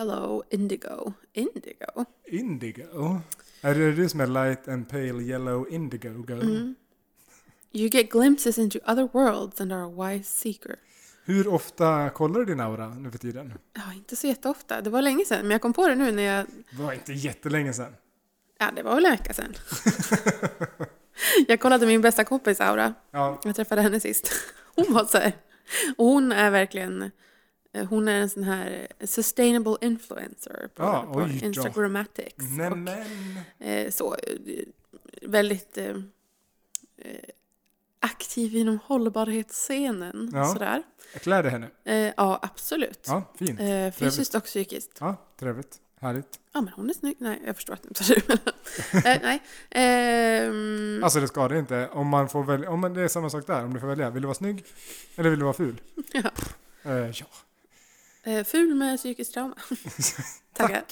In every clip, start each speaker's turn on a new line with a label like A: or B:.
A: Yellow, indigo. Indigo?
B: Indigo? Är det det som är light and pale yellow indigo go?
A: Mm. You get glimpses into other worlds and are a wise seeker.
B: Hur ofta kollar du din aura nu för tiden?
A: Ja, inte så jätteofta. Det var länge sedan, men jag kom på det nu när jag...
B: Det var inte jättelänge sedan.
A: Ja, det var väl en vecka sedan. jag kollade min bästa kompis Aura.
B: Ja,
A: Jag träffade henne sist. Hon var så här. Och hon är verkligen... eh, Hon är en sån här eh, sustainable influencer på,
B: Ja,
A: på
B: oj då.
A: Instagrammatics.
B: nämen!
A: Och, eh, så, eh, väldigt eh, eh, aktiv inom hållbarhetsscenen.
B: Ja.
A: Sådär.
B: Jag klärde henne.
A: Eh, ja, absolut.
B: Ja, fint.
A: Eh, fysiskt och psykiskt.
B: Ja, trevligt. Härligt.
A: Ja, men hon är snygg. Nej, jag förstår att du inte tar ut eh, Nej. Ehm,
B: Alltså det skadar inte. Om man får välja, om man, det är samma sak där. Om du får välja, vill du vara snygg eller vill du vara ful?
A: Ja.
B: Eh, ja.
A: eh, ful med psykiskt trauma. Tackar.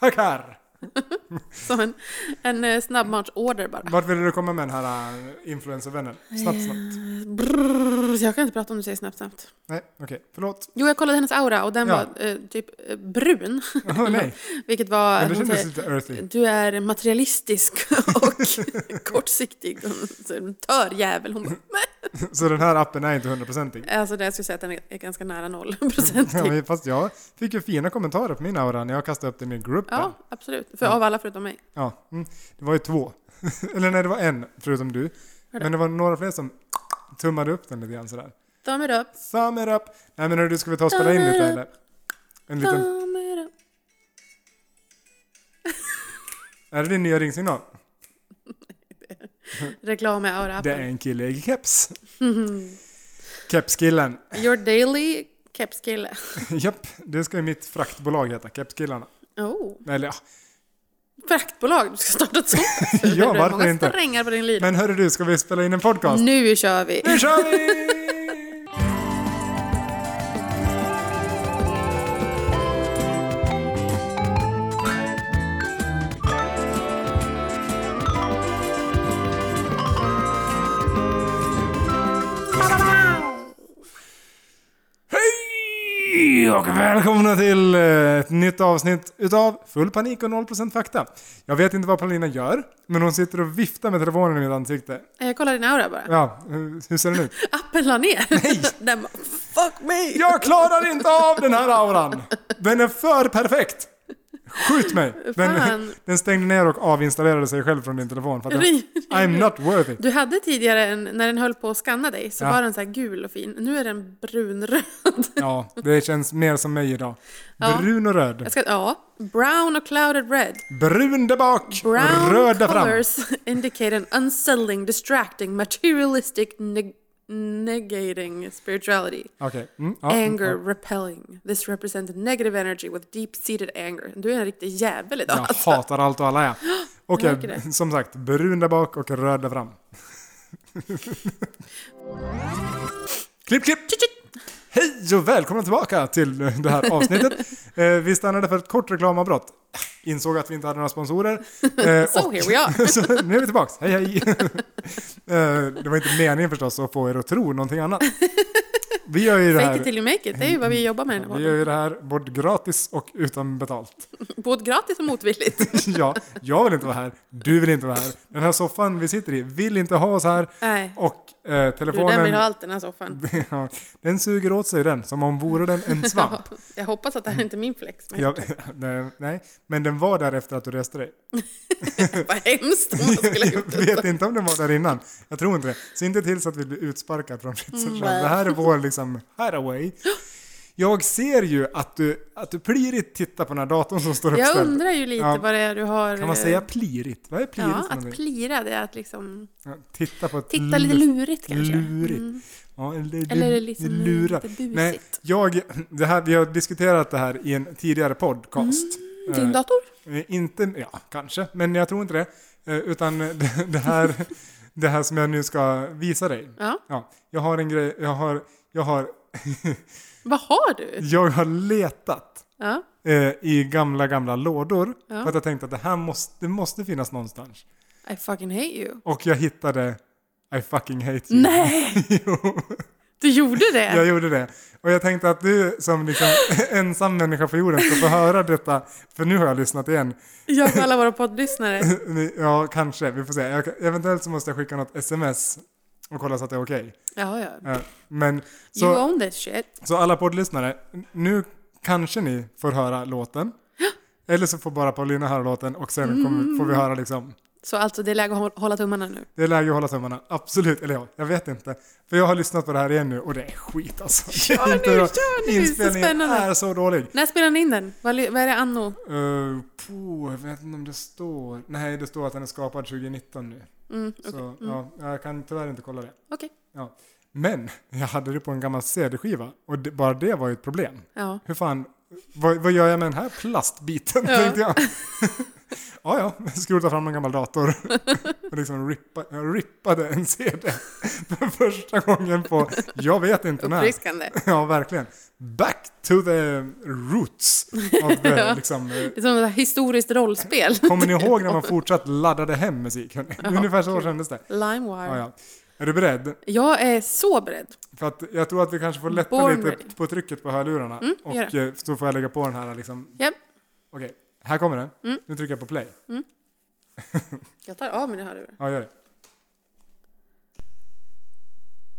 B: Tackar!
A: Som en, en eh, snabbmatsorder bara.
B: Vart ville du komma med den här eh, influencervännen? Snabbt, snabbt.
A: Eh, Brrr, jag kan inte prata om du säger snabbt, snabbt.
B: Nej, okej. Förlåt.
A: Jo, jag kollade hennes aura och den
B: Ja.
A: var eh, typ eh, brun.
B: Åh, nej,
A: Vilket var...
B: men det
A: hon
B: kändes
A: säger,
B: lite earthy.
A: du är materialistisk och kortsiktig. Och så En tör jävel. Hon bara,
B: Så den här appen är inte hundraprocentig.
A: alltså det jag skulle säga att den är är ganska nära noll procent.
B: Ja, men Fast jag fick ju fina kommentarer på min aura när jag kastade upp den i gruppen.
A: Ja, absolut. För
B: Ja.
A: av alla förutom mig.
B: Ja, mm. Det var ju två. Eller nej, det var en, förutom du. Men det var några fler som tummade upp den lite grann sådär.
A: Thumb it up.
B: Summer up! Nej men hörru, du, ska vi ta och spela in lite eller? En liten...
A: Thumb it up.
B: Är det din nya ringsignal?
A: Reklam med aura
B: Det är en kille i keps. Kepskillen.
A: Your daily kepskille.
B: Japp, det ska ju mitt fraktbolag heta, Kepskillarna.
A: Oh.
B: Eller ja.
A: Fraktbolag, du ska starta ett sånt.
B: Ja,
A: Det är
B: varför
A: många
B: inte?
A: strängar på din lyra.
B: Men hörru du, ska vi spela in en podcast?
A: Nu kör vi!
B: Nu kör vi! Hej och välkomna till eh, ett nytt avsnitt utav Full panik och 0% fakta. Jag vet inte vad Paulina gör, men hon sitter och viftar med telefonen i mitt ansikte.
A: Eh, kolla din aura bara.
B: Ja, hur hur ser den ut?
A: Appen la ner. Nej! Den bara, fuck me!
B: Jag klarar inte av den här auran! Den är för perfekt! Skjut mig! Den,
A: Fan.
B: den stängde ner och avinstallerade sig själv från din telefon. För att den,
A: Ring.
B: I'm not worthy.
A: Du hade tidigare en, när den höll på att scanna dig, så
B: Ja.
A: var den så här gul och fin. Nu är den brunröd.
B: Ja, det känns mer som mig idag.
A: Ja.
B: Brun och röd.
A: Jag ska, ja. Brown och clouded red.
B: Brun där bak,
A: Brown
B: röd där fram.
A: colors indicate an unsettling, distracting, materialistic, neg- negating spirituality.
B: Okej. Mm, ja, mm,
A: anger
B: ja.
A: repelling. This represented negative energy with deep-seated anger. Du är en riktig jävel idag.
B: Jag
A: alltså.
B: hatar allt och alla ja. Okej,
A: märker det.
B: som sagt. Brun där bak och röd där fram. klipp, klipp! Hej och välkomna tillbaka till det här avsnittet. eh, vi stannade för ett kort reklamavbrott. Insåg att vi inte hade några sponsorer. Eh,
A: So here we are.
B: så nu är vi tillbaka. Hej hej! eh, det var inte meningen förstås att få er att tro någonting annat. Vi gör ju det
A: Fake it
B: här,
A: till you make it. Det är ju vad vi jobbar med i den här
B: vi gör
A: podden.
B: ju det här både gratis och utan betalt.
A: Både gratis och motvilligt.
B: ja, jag vill inte vara här, du vill inte vara här. Den här soffan vi sitter i vill inte ha oss här.
A: Nej.
B: Och
A: Du,
B: eh,
A: den vill ha
B: telefonen,
A: allt i den här soffan.
B: ja, den suger åt sig den, som om vore den en svamp.
A: Jag hoppas att det här inte är min flex. Men
B: Ja, nej, nej, men den var där efter att du reste dig.
A: vad hemskt om man skulle ha gjort
B: Jag
A: det.
B: vet inte om den var där innan. Jag tror inte det. Så inte till så att vi blir utsparkade från Fritzl.
A: Mm,
B: Det här är vår liksom hideaway. Jag ser ju att du, att du plirigt tittar på den här datorn som står
A: Jag
B: uppställd.
A: undrar ju lite
B: Ja.
A: vad det är du har... eh,
B: Kan man säga plirigt? Vad är plirigt
A: Ja,
B: för
A: att
B: någonting?
A: plira det är att liksom
B: Ja, titta på ett
A: titta lite lurigt kanske.
B: Lurigt.
A: Mm.
B: Ja, eller,
A: Eller är det liksom
B: lura.
A: lite busigt.
B: Nej, jag, det här, vi har diskuterat det här i en tidigare podcast.
A: Mm. Din dator?
B: Eh, inte, ja, kanske, men jag tror inte det. Eh, utan det, det, här, det här som jag nu ska visa dig.
A: Ja.
B: Ja, jag har en grej, jag har, jag har,
A: Vad har du?
B: jag har letat
A: Ja.
B: eh, i gamla, gamla lådor.
A: Ja.
B: För att jag tänkte att det här måste, det måste finnas någonstans.
A: I fucking hate you.
B: Och jag hittade I fucking hate you.
A: Nej!
B: Jo.
A: Du gjorde det?
B: Jag gjorde det. Och jag tänkte att du som liksom ensam människa på jorden ska få höra detta, för nu har jag lyssnat igen.
A: Jag och alla våra poddlyssnare.
B: Ni- Ja, kanske. Vi får se. Jag, eventuellt så måste jag skicka något sms och kolla så att det är okej.
A: Ja, ja.
B: Eh, Men
A: You
B: så,
A: own that shit.
B: så alla poddlyssnare, nu kanske ni får höra låten. Eller så får bara Paulina höra låten och sen kommer,
A: Mm.
B: får vi höra liksom.
A: Så alltså det är läge att hå- hålla tummarna nu.
B: Det är läge att hålla tummarna, absolut. Eller ja, jag vet inte. För jag har lyssnat på det här igen nu och det är skit alltså. Det är
A: Kör nu,
B: inte bra.
A: kör nu, så
B: Inspelningen
A: spännande.
B: är så dålig.
A: När spelar ni in den? Vad li- vad är det anno?
B: Uh, jag vet inte om det står. Nej, det står att den är skapad 2019 nu.
A: Mm, Okej.
B: Så ja, jag kan tyvärr inte kolla det.
A: Okej.
B: Ja. Men jag hade det på en gammal CD-skiva och det, bara det var ju ett problem.
A: Ja.
B: Hur fan, vad, vad gör jag med den här plastbiten
A: Ja.
B: tänkte jag. ja, ja, skrota fram en gammal dator och liksom rippa, jag rippade en CD för första gången på, jag vet inte när.
A: Uppfriskande.
B: Ja, verkligen. Back to the roots. Of the,
A: Ja.
B: liksom, eh,
A: Det är som ett historiskt rollspel.
B: kommer ni ihåg när man fortsatt laddade hem musik? hörni? Ungefär så
A: gud.
B: kändes det.
A: Limewire.
B: Ja, ja. Är du beredd?
A: Jag är så beredd.
B: För att jag tror att vi kanske får lätta
A: Born
B: lite
A: ready. Mm,
B: på trycket på hörlurarna. och
A: gör det.
B: eh, så får jag lägga på den här liksom.
A: Japp.
B: Okej, här kommer den.
A: Mm.
B: Nu trycker jag på play.
A: Jag tar av mina hörlurar.
B: Ja, gör det.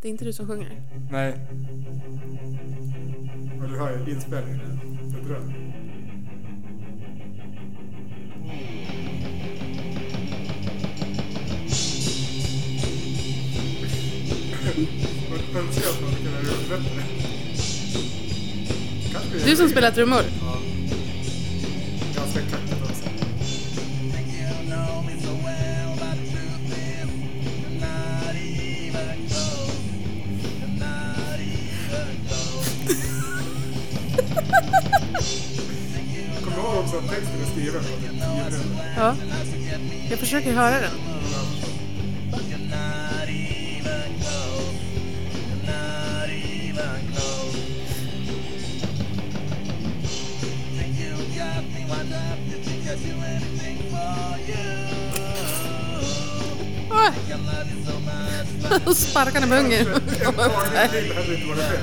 A: Det är inte du som sjunger.
B: Nej. Och du hör ju inspelningen. Jag tror jag. Jag önskar att man kunde göra det bättre. Kanske
A: Du som spelar trummor.
B: Ja. Ganska alltså. kackigt också. Kommer du ihåg också att texten är skriven? Skriven.
A: Ja. Jag försöker höra den. Ah! Och sparkar med ungen.
B: En tagning till hade inte varit fel.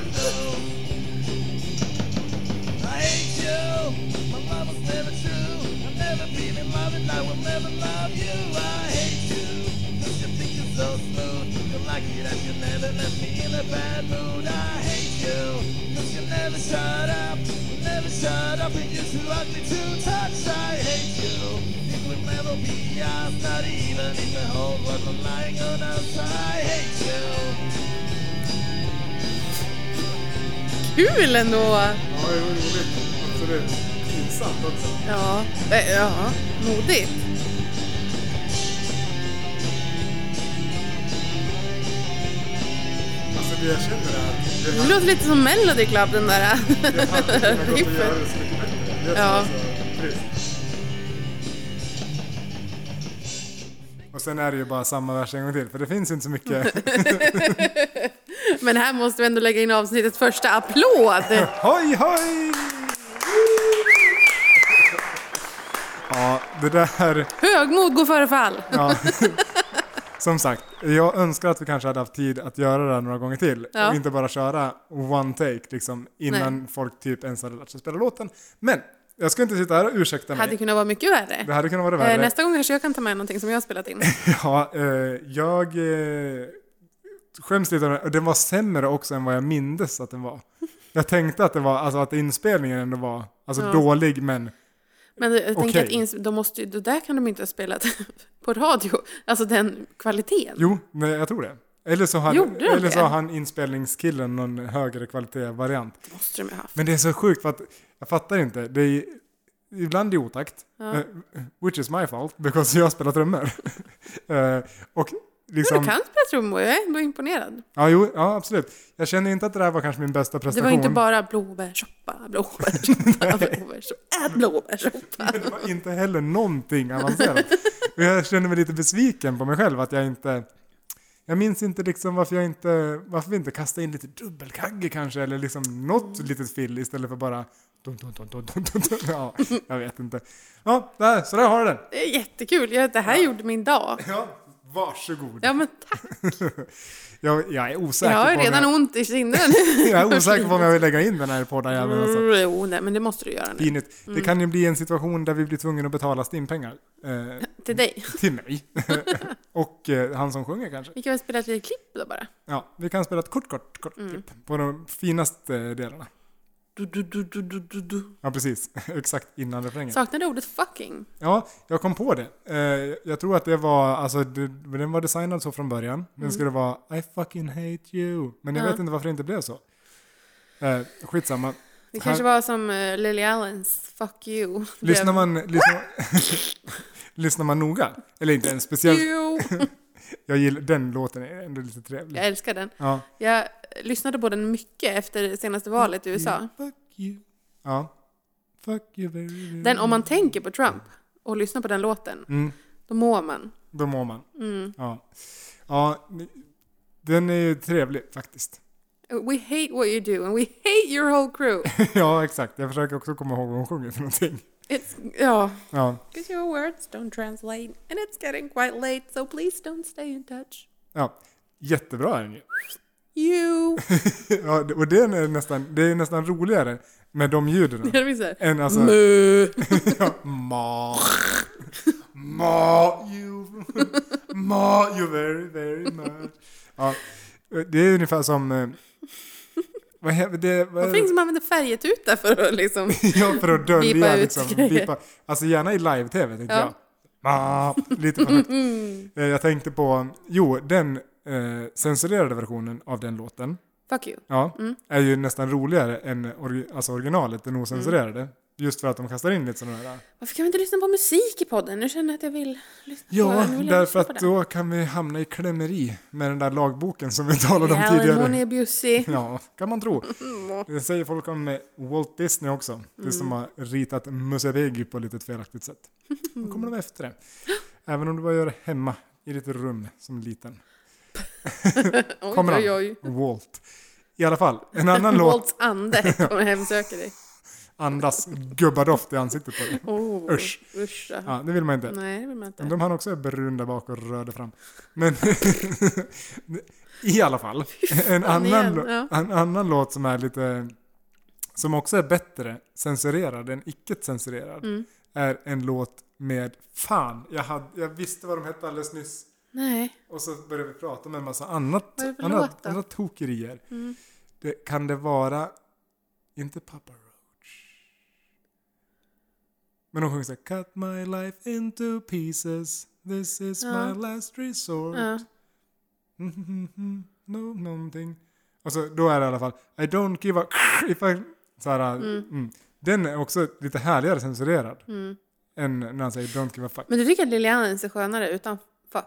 C: Shut up, never shut up, and you're too ugly to touch. I hate you. It will never be ours, not even if the whole world were lying on us. I hate you.
A: Kul ändå!
B: Ja, det var roligt. Absolut. Pinsamt också.
A: Ja. Eh, Ja. Modigt.
B: Alltså det jag känner är att det
A: Det låter lite som Melody Club den där
B: det hade kunnat gå att göra
A: riffen.
B: det så mycket bättre. Det är
A: Ja.
B: så trist. Och sen är det ju bara samma vers en gång till, för det finns inte så mycket.
A: Men här måste vi ändå lägga in avsnittets första applåd.
B: Hoj, hoj! Ja, det där...
A: Högmod går före fall.
B: Ja. Som sagt, jag önskar att vi kanske hade haft tid att göra det här några gånger till.
A: Ja.
B: Och inte bara köra one take liksom, innan folk typ ens hade lärt sig spela låten. Men jag ska inte sitta här och ursäkta mig.
A: Hade kunnat vara mycket
B: Det
A: värre.
B: hade kunnat vara
A: Eh,
B: värre.
A: Nästa gång kanske jag kan ta med någonting som jag har spelat in.
B: Ja, eh, jag eh, skäms lite över den. Och Den var sämre också än vad jag mindes att den var. Jag tänkte att det var, alltså att inspelningen ändå var, alltså
A: Ja.
B: dålig men
A: Men jag tänker
B: Okej.
A: att ins- de måste ju, det där kan de inte ha spelat på radio. Alltså den kvaliteten.
B: jo, nej, jag tror det. Eller så har,
A: Gjorde de
B: eller så
A: det?
B: har han inspelningskillen någon högre kvalitetsvariant.
A: Det måste de ju ha haft.
B: Men det är så sjukt för att jag fattar inte. Det är, ibland är det otakt. Eh, which is my fault, because jag spelar trummor. Eh, och
A: Men
B: liksom...
A: du kan spela trummor, jag är ändå imponerad.
B: Ja, jo, ja, absolut. Jag känner inte att det där var kanske min bästa
A: Det
B: prestation.
A: var inte bara blåbärssoppa, blåbärssoppa, blåbärssoppa, äh, blåbärssoppa.
B: Men det var inte heller någonting avancerat. Och jag känner mig lite besviken på mig själv att jag inte... Jag minns inte liksom varför jag inte... Varför vi inte kastade in lite dubbelkagge kanske eller liksom
A: Mm.
B: något litet fill istället för bara... Dun, dun, dun, dun, dun, dun, dun. Ja, jag vet inte. Ja, där, så där har du den.
A: Det är jättekul, jag, det här gjorde min dag.
B: Ja, Varsågod.
A: Ja men tack.
B: Jag, jag är osäker
A: Jag har ju
B: på om
A: redan
B: jag,
A: ont i kinden.
B: jag är osäker på om jag vill lägga in den här podden. jäveln, Alltså.
A: Jo, nej, men det måste du göra nu.
B: Pinigt. Det kan ju bli en situation där vi blir tvungna att betala stimpengar. Eh,
A: Till dig.
B: till mig. och eh, han som sjunger kanske.
A: Vi kan väl spela ett litet klipp då bara.
B: Ja, vi kan spela ett kort, kort, kort
A: Mm.
B: klipp på de finaste eh, delarna.
A: Du, du, du, du, du, du, du.
B: Ja, precis. Exakt innan refrängen.
A: Saknar du ordet fucking?
B: Ja, jag kom på det. Eh, jag tror att det var, alltså det, den var designad så från början. Den skulle vara I fucking hate you. Men jag
A: Mm. Ja.
B: vet inte varför det inte blev så. Eh, skitsamma.
A: Det kanske var som eh, Lily Allens Fuck you.
B: Lyssnar
A: Det-
B: man, lyssnar, lyssnar man noga? Eller inte en speciell.
A: Jo,
B: Jag gillar, den låten är ändå lite trevlig.
A: jag älskar den.
B: Ja.
A: Jag lyssnade på den mycket efter senaste valet i USA.
B: Fuck you. Ja. Fuck you very, very
A: Den, om man tänker på Trump och lyssnar på den låten,
B: Mm.
A: då mår man. Mm.
B: Då mår man. Ja. ja. Den är ju trevlig faktiskt.
A: We hate what you do and we hate your whole crew.
B: ja, exakt. Jag försöker också komma ihåg vad hon sjunger för någonting.
A: It's, ja.
B: Ja.
A: Because your words don't translate and it's getting quite late so please don't stay in touch.
B: ja. Jättebra är den ju.
A: You.
B: Ja, det- och den är nästan, det är nästan roligare med de ljuden.
A: Det blir så här,
B: än alltså...
A: "Mö."
B: ja, ma. Ma you. Ma you very very much. Ja, det är ungefär som... eh, Vad heter det? Vad är
A: Varför
B: det?
A: ingen som använder färgetuta för att liksom...
B: Ja, för att dölja
A: Bipa ut
B: liksom.
A: grejer.
B: Bipa. Alltså gärna i live-tv tänkte
A: Ja. Mm.
B: jag. Ma, lite för högt. Eh, Jag tänkte på, jo, den eh, censurerade versionen av den låten
A: Fuck you.
B: ja, är ju nästan roligare än orgi- alltså originalet, den ocensurerade.
A: Mm.
B: Just för att de kastar in lite sådana där.
A: Varför kan vi inte lyssna på musik i podden? Nu känner jag att jag vill lyssna på
B: Ja,
A: den. Nu vill jag
B: därför
A: lyssna på
B: att
A: den.
B: då kan vi hamna i klämmeri med den där lagboken som vi talade om
A: Alan, hon
B: tidigare.
A: är bjussig.
B: Ja, kan man tro. Det säger folk om eh, Walt Disney också. Det som har ritat Musse Pigg på lite ett felaktigt sätt. Då kommer de efter det. Även om du bara gör det hemma i ditt rum som liten.
A: Oj,
B: Kommer
A: oj, oj.
B: han? Walt. I alla fall, en annan låt
A: Waltz ande kommer hemsöka dig.
B: andas gubbadoft i ansiktet på dig.
A: Oh,
B: Usch.
A: usch ja.
B: Ja, det vill man inte.
A: Nej, det vill man inte.
B: De hann också brunda bak och röda fram. Men i alla fall, en annan,
A: igen,
B: lå-
A: ja.
B: en annan låt som är lite som också är bättre censurerad än icke censurerad
A: Mm.
B: är en låt med fan, jag, hade, jag visste vad de hette alldeles nyss
A: Nej.
B: och så började vi prata om en massa annat,
A: Vad är det för låt
B: annat,
A: då? Mm.
B: annat tokerier. Det, kan det vara, inte Papa Roach, men de sjunger så här, Cut my life into pieces, this is
A: Ja.
B: my last resort.
A: Ja.
B: Mhm, no, någonting. Och så, då är det i alla fall I don't give a if I... Så här, mm. Den är också lite härligare censurerad.
A: Mm.
B: Än när han säger don't give a fuck.
A: Men du tycker att Lily Allen är skönare utan fuck?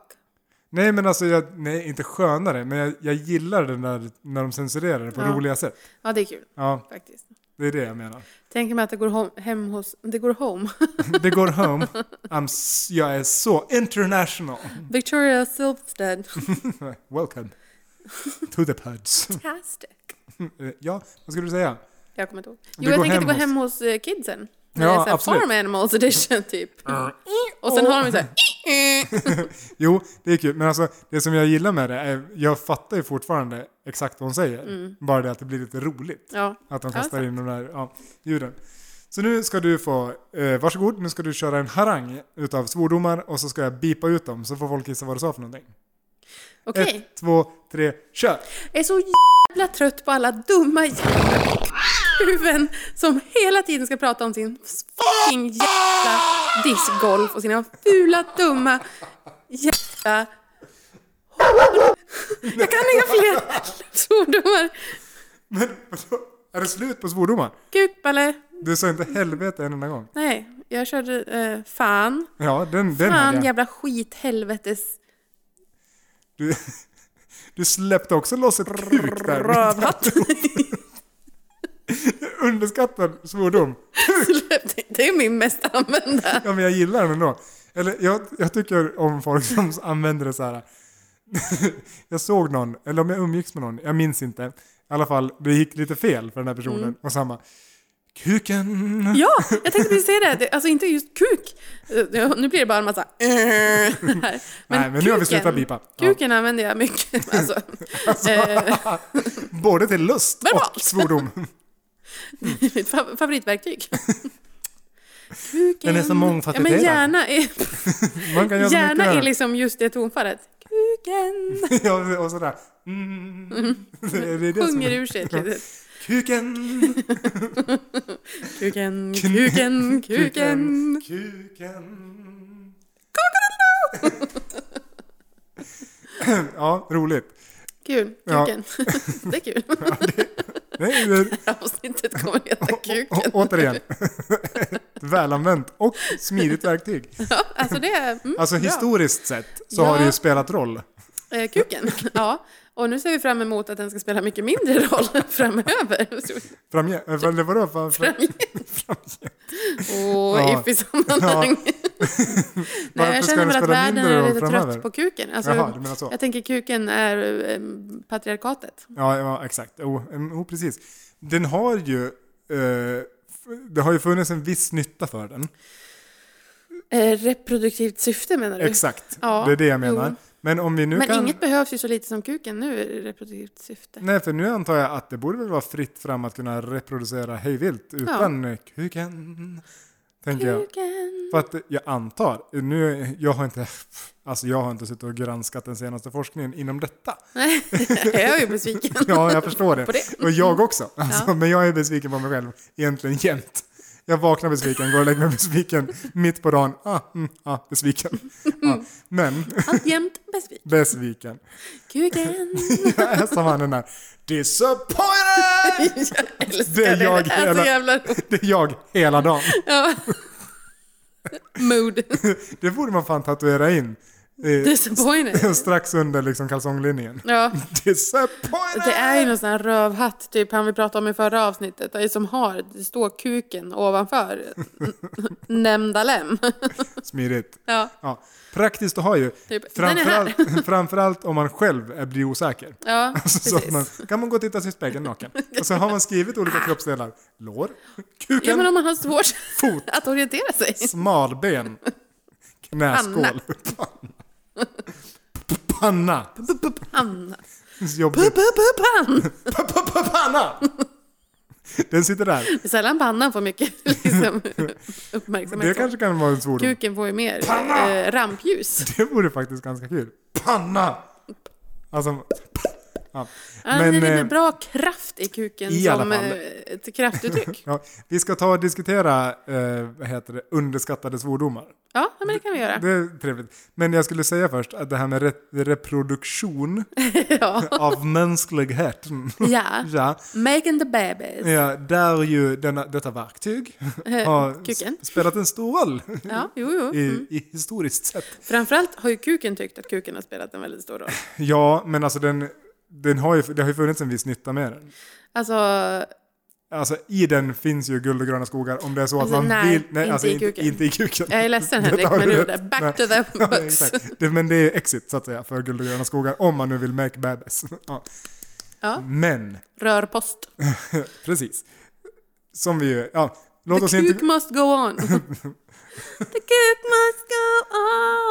B: Nej men alltså, jag, nej inte skönare, men jag, jag gillar den där när de censurerar det på
A: Ja.
B: roliga sätt.
A: Ja, det är kul
B: Ja,
A: faktiskt.
B: det är det jag menar.
A: Tänker mig att det går hom- hem hos... Det går home.
B: Det går home. I'm, s- jag är så international.
A: Victoria Silvstedt.
B: Welcome to the pods.
A: Fantastic.
B: ja, vad skulle du säga?
A: Jag kommer inte ihåg.
B: Det
A: Jo, jag
B: går
A: tänker att det går
B: hem
A: hem hos eh, kidsen.
B: Ja,
A: Ja,
B: absolut. Mm.
A: absolut. Farm Animals edition typ. Och sen har de så här...
B: Jo, det är kul. Men alltså, det som jag gillar med det är, jag fattar ju fortfarande exakt vad hon säger. Bara det att det blir lite roligt.
A: Mm. Ja.
B: Att de
A: Ja,
B: kastar
A: sant.
B: in de där ja, ljuden. Så nu ska du få, eh, varsågod, nu ska du köra en harang utav svordomar och så ska jag bipa ut dem så får folk gissa vad du sa för någonting. Mm.
A: Okej.
B: Ett, två, tre, kör!
A: Jag är så jävla trött på alla dumma jävla huvuden som hela tiden ska prata om sin fucking jävla discgolf och sina fula dumma jävla hår. Jag kan inga fler svordomar.
B: Men vadå? Är det slut på svordomar?
A: Kuk eller?
B: Du sa inte helvete en enda gång.
A: Nej, jag körde eh, fan.
B: Ja, den, den hade
A: Fan
B: jag.
A: jävla skit helvetes
B: Du, du släppte också loss ett kuk där.
A: rövhatt.
B: Underskattad svordom.
A: Det är min mest använda.
B: Ja, men jag gillar den ändå. Eller jag, jag tycker om folk som använder det så här. jag såg någon, eller om jag umgicks med någon, jag minns inte. I alla fall, det gick lite fel för den här personen. Och samma, Kuken!
A: Mm. Ja, jag tänkte precis säga det. det. Alltså inte just kuk. Eh, Nu blir det bara en massa "Eh", här. Men
B: Nej, men nu har vi slutat bipa. Ja.
A: Kuken använder jag mycket. Alltså, eh,
B: Både till lust
A: Verbalt.
B: och svordom.
A: mitt fa- favoritverktyg. Kuken.
B: Den är så mångfacetterad.
A: Ja, men gärna är,
B: Man kan göra så
A: gärna
B: mycket
A: är
B: med
A: liksom just det tonfallet. Kuken.
B: den. Ja, och sådär. Mm. Det är det som
A: Sjunger
B: är-
A: ur sig ett litet.
B: Kuken!
A: Kuken, kuken, kuken.
B: Kuken! Ja, roligt.
A: Kul,
B: Ja.
A: kuken. Det är kul.
B: Nej, det-
A: Det här avsnittet kommer att heta
B: å- å-
A: kuken.
B: återigen. Ett välanvänt och smidigt verktyg.
A: Alltså det är... Mm,
B: Alltså
A: bra.
B: historiskt sett så
A: Ja.
B: har det ju spelat roll.
A: Eh, kuken, ja. Och nu ser vi fram emot att den ska spela mycket mindre roll framöver. Så-
B: Framgent. eh, Eller vadå? Fram- fram-
A: Och
B: Ja.
A: if i sammanhang. Nej, jag
B: Varför ska
A: känner
B: den
A: väl att
B: spela
A: världen
B: mindre
A: är
B: roll
A: lite
B: framöver?
A: trött på kuken. Alltså,
B: Jaha, du menar så.
A: Jag tänker kuken är eh, patriarkatet.
B: Ja, ja exakt. Jo, em, jo, precis. Den har ju... Eh, f- det har ju funnits en viss nytta för den.
A: Mm. Eh, reproduktivt syfte menar du?
B: Exakt.
A: Ja,
B: det är det jag menar.
A: jo.
B: Men om vi nu
A: Men
B: kan...
A: inget behövs ju så lite som kuken nu i reproduktivt syfte.
B: Nej, för nu antar jag att det borde väl vara fritt fram att kunna reproducera hejvilt utan kuken. Tänker jag.
A: Kuken.
B: För att jag antar, nu, jag har inte, alltså jag har inte suttit och granskat den senaste forskningen inom detta.
A: Nej, jag är ju besviken.
B: Ja, jag förstår det.
A: På det.
B: Och jag också. Alltså,
A: Ja.
B: Men jag är besviken på mig själv, egentligen jämt. Jag vaknar besviken, går och lägger mig besviken, mitt på dagen, ah, mm, ah, besviken. Ja. Men,
A: Alltjämt besviken.
B: besviken.
A: Kuken.
B: Jag är som han den där, disappointed!
A: Jag älskar
B: Det är
A: det.
B: jag
A: Det är så
B: hela-
A: jävla roligt.
B: Det är jag hela dagen.
A: Ja. Mood.
B: Det borde man fan tatuera in. Eh,
A: Disappointed.
B: strax under liksom kalsonglinjen.
A: Ja.
B: Disappointed!
A: Det är ju någon sån här rövhatt, typ han vi pratade om i förra avsnittet, det är som har, det står kuken ovanför n- nämnda lem.
B: Smidigt.
A: Ja,
B: Ja. Praktiskt att ha ju.
A: Typ, den är här.
B: Framförallt, framförallt om man själv är- blir osäker.
A: ja
B: Alltså, så att
A: precis.
B: man, kan man gå och titta sig i spegeln naken. Och så har man skrivit olika kroppsdelar. Lår,
A: Ja,
B: kuken,
A: men om man har svårt
B: fot,
A: att orientera sig.
B: smalben, knäskål, panna. Panna!
A: Panna.
B: Det är så jobbigt.
A: Panna.
B: Panna! Den sitter där.
A: Det är Sällan pannan får mycket liksom, uppmärksamhet.
B: Det kanske kan vara en svordom.
A: Kuken får ju mer
B: Panna!
A: eh, rampljus.
B: Det vore faktiskt ganska kul. Panna! Alltså... Ja.
A: Ja, Men, det är
B: eh,
A: lite bra kraft i kuken
B: i alla
A: som
B: fall.
A: eh, ett kraftuttryck.
B: Ja, vi ska ta och diskutera eh, vad heter det, underskattade svordomar.
A: Ja, men det kan vi göra.
B: Det är trevligt. Men jag skulle säga först att det här med re- reproduktion
A: Ja.
B: av mänskligheten.
A: Ja.
B: ja, Mm.
A: Making the babies.
B: ja, där ju denna, detta verktyg har s-
A: Eh, kuken. Mm.
B: spelat en stor roll
A: Ja, jo, jo.
B: i, i historiskt sett.
A: Framförallt har ju kuken tyckt att kuken har spelat en väldigt stor roll.
B: Ja, men alltså den, den har ju, det har ju funnits en viss nytta med den.
A: Alltså,
B: Alltså i den finns ju guld och gröna skogar om det är så att
A: Alltså,
B: man
A: nej,
B: vill...
A: inte i kuken.
B: Inte, inte i kuken.
A: jag är ledsen
B: Det
A: Henrik,
B: har
A: men
B: du
A: nu
B: rätt.
A: där, back
B: Nej.
A: to the
B: Ja,
A: books.
B: exakt. Det, men det är exit så att säga för guld och gröna skogar om man nu vill make babies. Ja.
A: Ja.
B: Men,
A: Rörpost.
B: precis. Som vi ju, ja, låt
A: The
B: oss inte...
A: kuk must go on. The kuk must go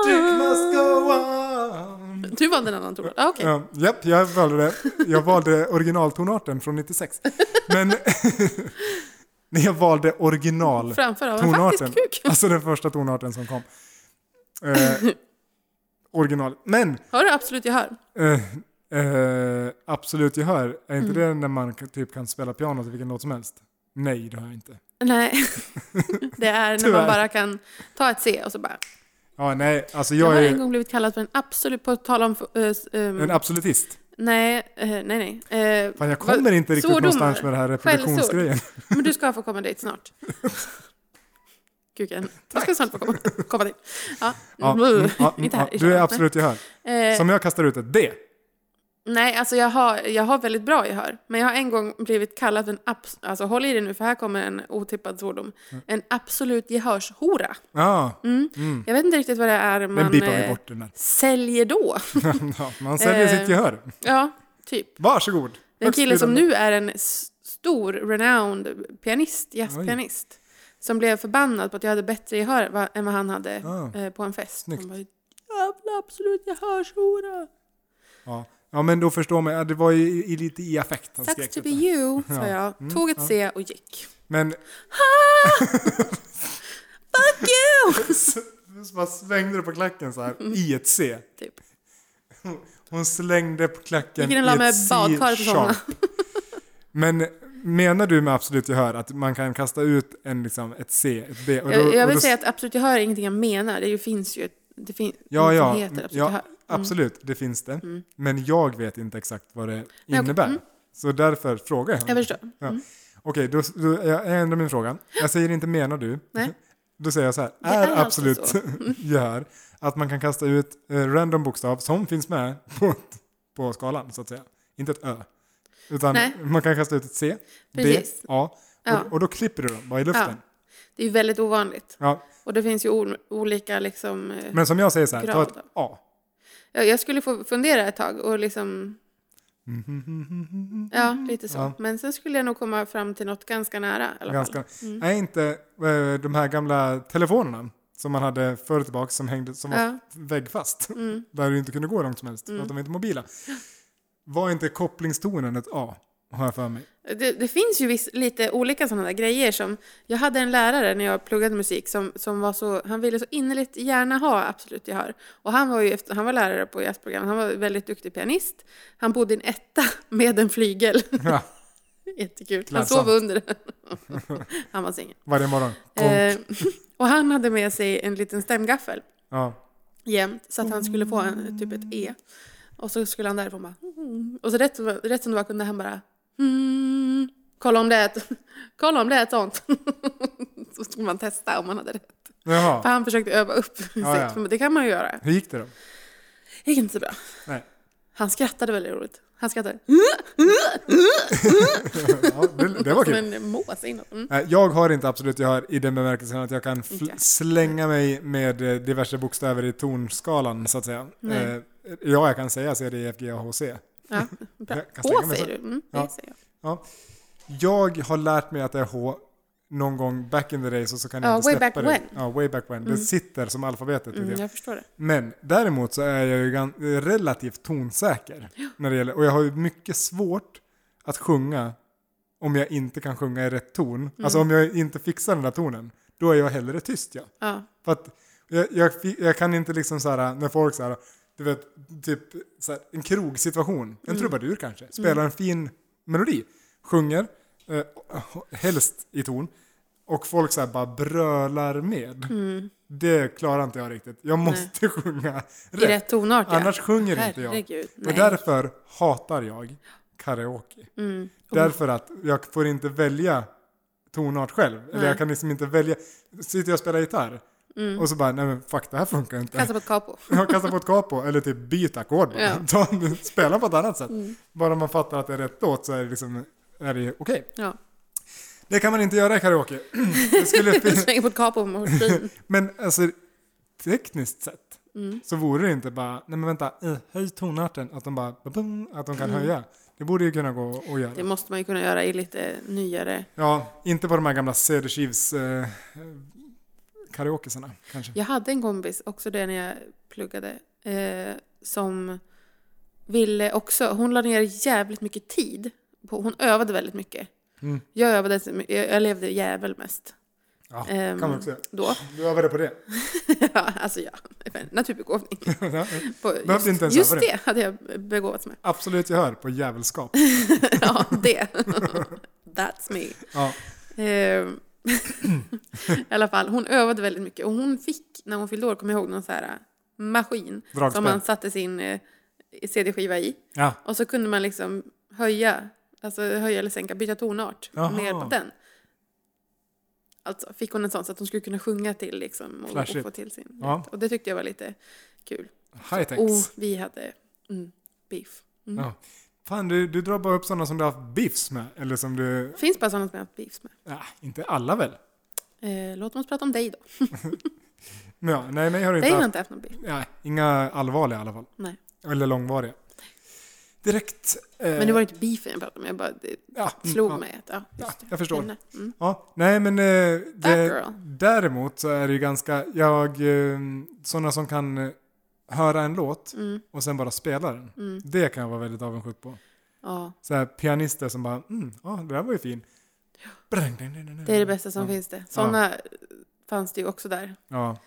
B: Dick must
A: on.
B: go on.
A: Du valde en annan tonart. Ah, Okej.
B: Ja, japp, jag valde det. Jag valde originaltonarten från 96. Men... Nej, jag valde original
A: Framför av en faktisk
B: tonarten.
A: kuk.
B: Alltså den första tonarten som kom. Eh, original. Men
A: Har du absolut gehör?
B: Eh, eh, absolut gehör. Är
A: Mm.
B: inte det när man k- typ kan spela piano till vilken låt som helst? Nej, det har jag inte.
A: Nej. Det är när
B: Tyvärr.
A: man bara kan ta ett C och så bara...
B: Ja, nej, alltså
A: Jag
B: jag,
A: har en
B: är
A: gång blivit kallad för en absolut... På tal om... eh, s- ehm,
B: en absolutist.
A: Nej, eh, nej, nej. Eh,
B: Fan, jag
A: vad-
B: kommer inte riktigt
A: svordomar.
B: någonstans med det här reproduktionsgrejen.
A: Men du ska få komma dit snart. Kuken. Du ska snart få komma, komma dit. Ja.
B: Ja, mm, ja, mm,
A: inte här.
B: ja, du är absolut gehör.
A: Nej. Eh,
B: Som jag kastar ut ett D.
A: nej, alltså jag har, jag har väldigt bra gehör. Men jag har en gång blivit kallad en abs- Alltså håll i dig nu för här kommer en otippad svordom.
B: Mm.
A: En absolut gehörshora.
B: Ja, Mm.
A: Jag vet inte riktigt vad det är Mm, man
B: den bipar vi
A: eh,
B: bort den där.
A: säljer då.
B: ja, man säljer
A: Eh,
B: sitt gehör.
A: ja, typ.
B: Varsågod.
A: Den kille som
B: Högstbjudande.
A: nu är en s- s- stor renowned pianist, jazzpianist. Som blev förbannad på att jag hade bättre gehör va- än vad han hade
B: Ah.
A: eh, på en fest.
B: Snyggt.
A: Han bara, jävla absolut gehörshora.
B: Ja. ja, men då förstår man. Ja, det var ju i, i lite i affekt han
A: Sucks
B: skrek.
A: to be
B: detta.
A: you, sa jag.
B: Mm,
A: Tog ett C och gick.
B: Men
A: Fuck you!
B: så, så bara svängde du på klacken så
A: Mm.
B: här i ett C.
A: typ.
B: Hon slängde på klacken
A: Gick
B: i
A: in och la med
B: ett
A: badkaret och somnade.
B: C-sharp. Men menar du med absolut gehör att man kan kasta ut en, liksom, ett C, ett B? Och då,
A: jag, jag
B: och
A: vill
B: då,
A: säga att absolut gehör är ingenting jag menar. Det ju- finns ju ett, det fin,
B: ja,
A: något
B: ja,
A: som heter absolut mm.
B: ja,
A: gehör.
B: Absolut, det finns det.
A: Mm.
B: Men jag vet inte exakt vad det
A: okej,
B: innebär. Så därför frågar jag.
A: mm. Jag förstår.
B: Ja. Okej, då, då jag ändrar min fråga. Jag säger inte menar du.
A: Nej.
B: Då säger jag så här,
A: är
B: är,
A: alltså
B: absolut
A: så.
B: gör att man kan kasta ut eh, random bokstav som finns med på, på skalan så att säga. Inte ett ö. Utan
A: Nej.
B: man kan kasta ut ett c,
A: Precis.
B: b, a. Och,
A: Ja.
B: och då klipper du dem bara i luften.
A: Det är ju väldigt ovanligt.
B: Ja.
A: Och det finns ju ol, olika liksom... eh,
B: Men som jag säger så här, ta
A: Grad
B: ett
A: då.
B: a.
A: Jag, jag skulle få fundera ett tag och liksom... Ja, lite så.
B: Mm-hmm. Ja.
A: Men sen skulle jag nog komma fram till något ganska nära i alla
B: Ganska.
A: fall. Mm.
B: Är inte eh, de här gamla telefonerna som man hade förr tillbaka som, hängde, som var
A: Ja. Mm.
B: väggfast, där du inte kunde gå hur långt som helst för att de var inte mobila. Var inte kopplingstonen ett A, har jag för mig?
A: Det, det finns ju viss, lite olika sådana där grejer som... Jag hade en lärare när jag pluggade musik som, som var så... Han ville så innerligt gärna ha absolut gehör. Och han var ju efter, han var lärare på jazzprogrammet. Han var väldigt duktig pianist. Han bodde i en etta med en flygel.
B: Ja,
A: Jättekul. Han
B: Klädsamt.
A: sov under den. Han var singel.
B: varje morgon. Kom.
A: Eh, och han hade med sig en liten stämgaffel.
B: Ja.
A: jämt så att han skulle få en, typ ett E. Och så skulle han därifrån bara... Mm. Och så rätt, som- rätt som det var kunde han bara... Mm, kolla om det är ett, kolla om det är ett sånt. så skulle man testa om man hade rätt. För
B: Jaha,
A: han försökte öva upp sitt,
B: ja.
A: för det kan man ju göra.
B: hur gick det då?
A: Det gick inte så bra.
B: Nej.
A: Han skrattade väldigt roligt. Han skrattade
B: Ja, det, det var
A: som
B: kul.
A: en mås inåt. Mm.
B: Nej, Jag har inte absolut gehör i den bemärkelsen att jag kan fl-
A: Inte.
B: slänga mig med eh, diverse bokstäver i tonskalan så att säga.
A: Nej.
B: Eh, Ja, jag kan säga C, D, E, F, G, A, H, C.
A: Ja, bra.
B: Jag kan slänga
A: H
B: mig
A: säger
B: så.
A: du. Mm,
B: Ja.
A: det säger jag.
B: Ja. Jag har lärt mig att det är H någon gång back in the days och så kan jag
A: Ja,
B: inte
A: way
B: släppa
A: back
B: det.
A: when.
B: Ja, way back when. Det sitter som alfabetet.
A: Mm,
B: Mm,
A: jag förstår det.
B: Men däremot så är jag ju gan- eh, relativt tonsäker. När det gäller, och jag har ju mycket svårt att sjunga om jag inte kan sjunga i rätt ton.
A: Mm.
B: Alltså om jag inte fixar den där tonen. Då är jag hellre tyst ja.
A: Ja.
B: För att jag, jag, fi- jag kan inte liksom så här när folk så här, du vet, typ så här, en krogsituation, en trubadur kanske, spelar en fin melodi, sjunger, eh, helst i ton, och folk så här bara brölar med. Det klarar inte jag riktigt. Jag måste sjunga
A: I
B: rätt.
A: rätt tonart ja.
B: Annars sjunger inte jag.
A: Herregud,
B: Och
A: nej.
B: därför hatar jag karaoke.
A: Mm.
B: Därför att jag får inte välja tonart själv. Eller jag kan liksom inte välja. Sitter jag och spelar gitarr och så bara, nej men fuck det här funkar inte.
A: Mm. Kasta på ett capo.
B: Jag kastar på ett capo eller typ byt ackord bara.
A: Ja. Mm.
B: Ta, spela på ett annat sätt. Bara man fattar att det är rätt åt så är det liksom, är det ju okej.
A: Ja.
B: Det kan man inte göra i karaoke. Det skulle fin-
A: Slänga på ett capo mot bilen.
B: men alltså, tekniskt sett
A: Mm.
B: så vore det inte bara, nej men vänta, eh, höj tonarten, att de bara, ba-bum, att de kan höja. Det borde ju kunna gå att
A: Mm. Det
B: göra.
A: måste man ju kunna göra i lite nyare...
B: Ja, inte på de här gamla cd eh, karaokesarna kanske.
A: Jag hade en kompis, också det när jag pluggade, eh, som ville också... Hon la ner jävligt mycket tid. På, hon övade väldigt mycket.
B: Mm.
A: Jag övade, jag, jag levde jävel mest.
B: Ja,
A: Ehm,
B: kan man också göra.
A: Då.
B: Du övade på det.
A: ja, alltså ja, men naturbegåvning. På
B: Behövde
A: just
B: inte ens
A: just
B: öva
A: det hade jag begåvats med.
B: Absolut gehör på djävulskap.
A: ja, det. That's me.
B: Ja.
A: Ehm, I alla fall, hon övade väldigt mycket och hon fick, när hon fyllde år, kommer jag ihåg, någon så här eh, maskin
B: Dragspel.
A: som man satte sin eh, CD-skiva i.
B: ja.
A: Och så kunde man liksom höja, alltså höja eller sänka, byta tonart
B: Jaha.
A: med hjälp av den. Alltså fick hon en sån så att hon skulle kunna sjunga till liksom och, och
B: Flashigt.
A: få till sin
B: Ja.
A: rätt. Och det tyckte jag var lite kul.
B: High-techs.
A: Och vi hade mm, beef. Mm.
B: Ja. Fan, du, du drar bara upp sådana som du har haft beefs med. Eller som du...
A: Finns bara sådana som jag har haft beefs med.
B: Äh, inte alla väl?
A: Eh, låt oss prata om dig då.
B: Men ja, nej, mig har du inte
A: Dig har
B: haft.
A: jag inte haft någon beef.
B: Nej, inga allvarliga i alla fall.
A: Nej.
B: Eller långvariga. direkt... eh,
A: Men det var inte beefen jag pratade om, jag bara det
B: ja, mm,
A: slog
B: ja.
A: mig. Att, ja,
B: Ja,
A: just det.
B: jag förstår.
A: Henne. Mm.
B: Ja, nej men eh, det,
A: girl.
B: däremot så är det ju ganska, jag, eh, sådana som kan eh, höra en låt
A: Mm.
B: och sen bara spela den.
A: Mm.
B: Det kan jag vara väldigt avundsjuk på.
A: Ja,
B: Så här, pianister som bara, mm, ja det där var ju fin. Brang, ding, ding, ding,
A: det är det bästa som
B: ja.
A: finns det. Sådana fanns det ju också där.
B: Ja.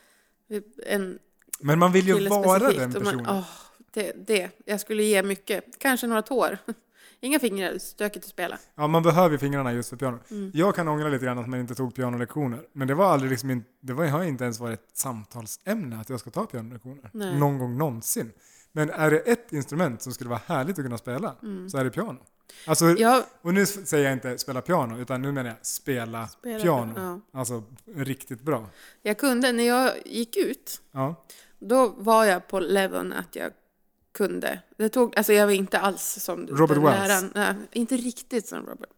A: En
B: Men man vill ju
A: kille
B: vara
A: specifikt.
B: den
A: och man-
B: personen.
A: åh, det, det. Jag skulle ge mycket. Kanske några tår. Inga fingrar, stökigt att spela.
B: Ja, man behöver ju fingrarna just för piano.
A: Mm.
B: Jag kan ångra lite grann att man inte tog pianolektioner. Men det var aldrig liksom in, det var, har inte ens varit ett samtalsämne att jag ska ta pianolektioner.
A: Nej.
B: Någon gång någonsin. Men är det ett instrument som skulle vara härligt att kunna spela
A: Mm.
B: så är det piano. Alltså,
A: Jag,
B: Och nu s- säger jag inte spela piano, utan nu menar jag spela,
A: Spela,
B: piano.
A: ja.
B: Alltså riktigt bra.
A: jag kunde, när jag gick ut,
B: Ja.
A: då var jag på leveln att jag kunde. Det tog, alltså jag var inte alls som du.
B: Robert
A: den
B: Wells.
A: läraren. Nej, inte riktigt som Robert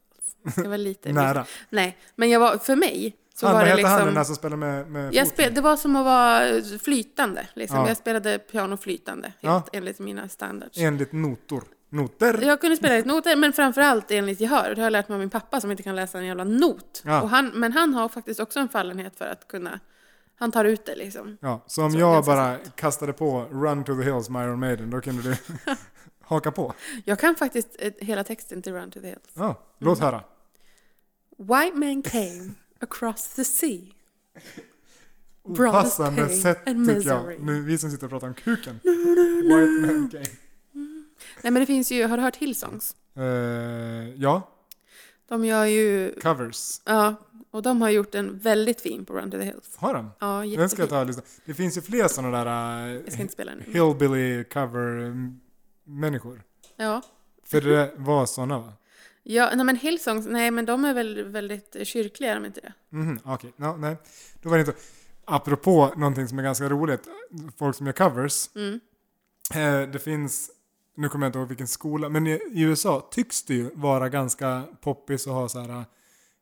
A: Wells. Jag var lite
B: Nära.
A: Nej, men jag var, för mig så
B: han,
A: var
B: vad
A: det
B: heter han
A: liksom...
B: den där som spelar med, med
A: jag
B: foten?
A: spel, det var som att vara flytande. Liksom.
B: Ja.
A: Jag spelade piano flytande, helt
B: Ja.
A: enligt mina standards.
B: Enligt notor. Noter!
A: Jag kunde spela ett noter, men framförallt enligt gehör. Det har jag lärt mig av min pappa som inte kan läsa en jävla not.
B: Ja.
A: Och han, men han har faktiskt också en fallenhet för att kunna... Han tar ut det liksom.
B: Ja, så om
A: Så
B: jag
A: ganska
B: bara kastade på Run to the Hills med Iron Maiden, då kunde du haka på.
A: Jag kan faktiskt eh, hela texten till Run to the Hills.
B: Ja, låt
A: Mm.
B: höra.
A: White man came across the sea. Brought us
B: Opassande
A: pain
B: sätt
A: and
B: tycker jag.
A: misery.
B: Nu, vi som sitter och pratar om kuken. White man game.
A: Nej men det finns ju, har du hört Hillsongs?
B: Eh, ja,
A: De gör ju,
B: covers.
A: ja, och de har gjort en väldigt fin på Run to the Hills.
B: Har de?
A: Ja,
B: Den ska
A: jättefin.
B: jag ta och lyssna. Det finns ju fler sådana där
A: Jag ska
B: eh,
A: inte spela den nu.
B: hillbilly cover-människor.
A: Ja.
B: För det var sådana va?
A: Ja, nej men Hillsongs, nej men de är väl väldigt kyrkliga, är de inte det?
B: Mhm, okej. Ja, nej. Då var det inte... Apropå någonting som är ganska roligt, folk som gör covers.
A: Mm.
B: Eh, det finns, nu kommer jag inte ihåg vilken skola, men i, i USA tycks det ju vara ganska poppis att ha så här eh,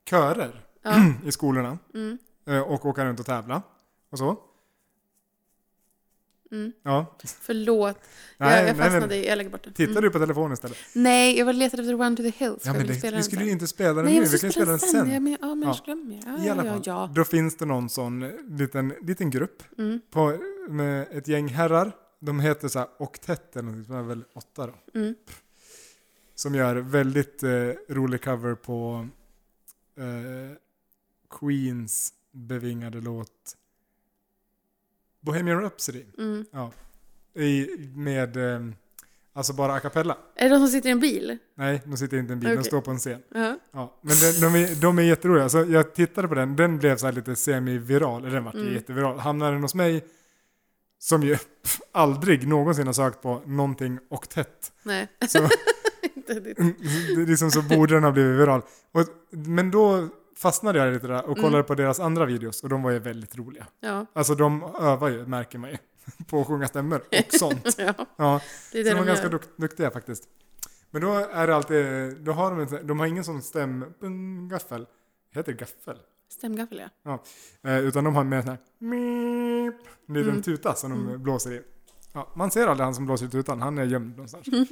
B: körer
A: Ja.
B: i skolorna.
A: Mm.
B: Eh, och åka runt och tävla och så.
A: Mm.
B: Ja.
A: Förlåt.
B: Nej,
A: jag, jag
B: nej, men-
A: fastnade i, jag lägger bort den. Mm.
B: Tittar du på telefonen istället?
A: Nej, jag var letade efter Run to the Hills.
B: Ja,
A: jag
B: men
A: vill
B: det,
A: spela
B: vi
A: den
B: skulle
A: sen.
B: ju inte spela den
A: Nej,
B: nu,
A: jag
B: vi
A: ska
B: kan spela den sen.
A: Ja, men, ja, men
B: Ja.
A: jag glömmer. Ja,
B: I alla
A: ja,
B: fall.
A: ja.
B: Då finns det någon sån liten, liten grupp
A: Mm.
B: på, med ett gäng herrar. De heter så här Octet eller något, de är väl åtta då.
A: Mm.
B: Som gör väldigt eh, rolig cover på eh, Queens bevingade låt Bohemian Rhapsody.
A: Mm.
B: Ja. I, med, eh, alltså bara a cappella.
A: Är det de som sitter i en bil?
B: Nej, de sitter inte i en bil, de
A: Okej.
B: står på en scen.
A: Ja.
B: Ja, men den, de, är, de är jätteroliga. Så jag tittade på den, den blev så här lite semi-viral. Eller den vart
A: Mm.
B: jätteviral. Hamnade den hos mig, som ju pff, aldrig någonsin har sökt på någonting och tätt.
A: Nej.
B: Så,
A: inte det.
B: det är liksom så borde den ha blivit viral. Och, men då fastnade jag lite där
A: Mm.
B: och kollade på deras andra videos och de var ju väldigt roliga.
A: Ja.
B: Alltså de övar ju, märker man ju, på att sjunga stämmor och sånt.
A: ja,
B: Ja.
A: det är det
B: Så de var
A: de
B: ganska
A: gör.
B: duk- duktiga faktiskt. Men då är det alltid, då har de, inte, de har ingen sån stäm... bung, Gaffel. Heter det gaffel?
A: Stämgaffel, ja.
B: Eh, utan de har med en sån här... Meep, en liten
A: Mm.
B: tuta som de blåser i. Ja, man ser aldrig han som blåser i tutan, han är gömd någonstans. Mm.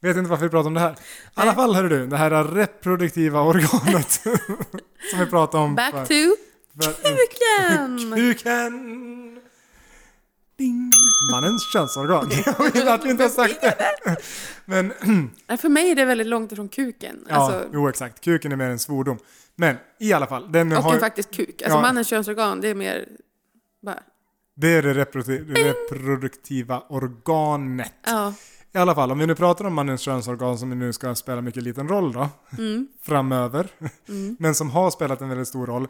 B: Vet inte varför vi pratar om det här. I alla
A: Nej.
B: fall hörru du, det här är reproduktiva organet. som vi pratade om.
A: Back
B: för-
A: to
B: för- mm.
A: kuken!
B: Kuken! Ding! Mannens könsorgan. Jag vet att vi inte har sagt det. Men,
A: Nej, För mig är det väldigt långt ifrån kuken.
B: ja,
A: alltså,
B: jo exakt. Kuken är mer en svordom. Men i alla fall, den
A: och
B: har,
A: en faktisk kuk. Alltså
B: Ja.
A: mannens könsorgan, det är mer bara...
B: det är det reprodukti- reproduktiva organet.
A: Ja.
B: I alla fall, om vi nu pratar om mannens könsorgan som nu ska spela mycket liten roll då,
A: Mm.
B: framöver, men som har spelat en väldigt stor roll,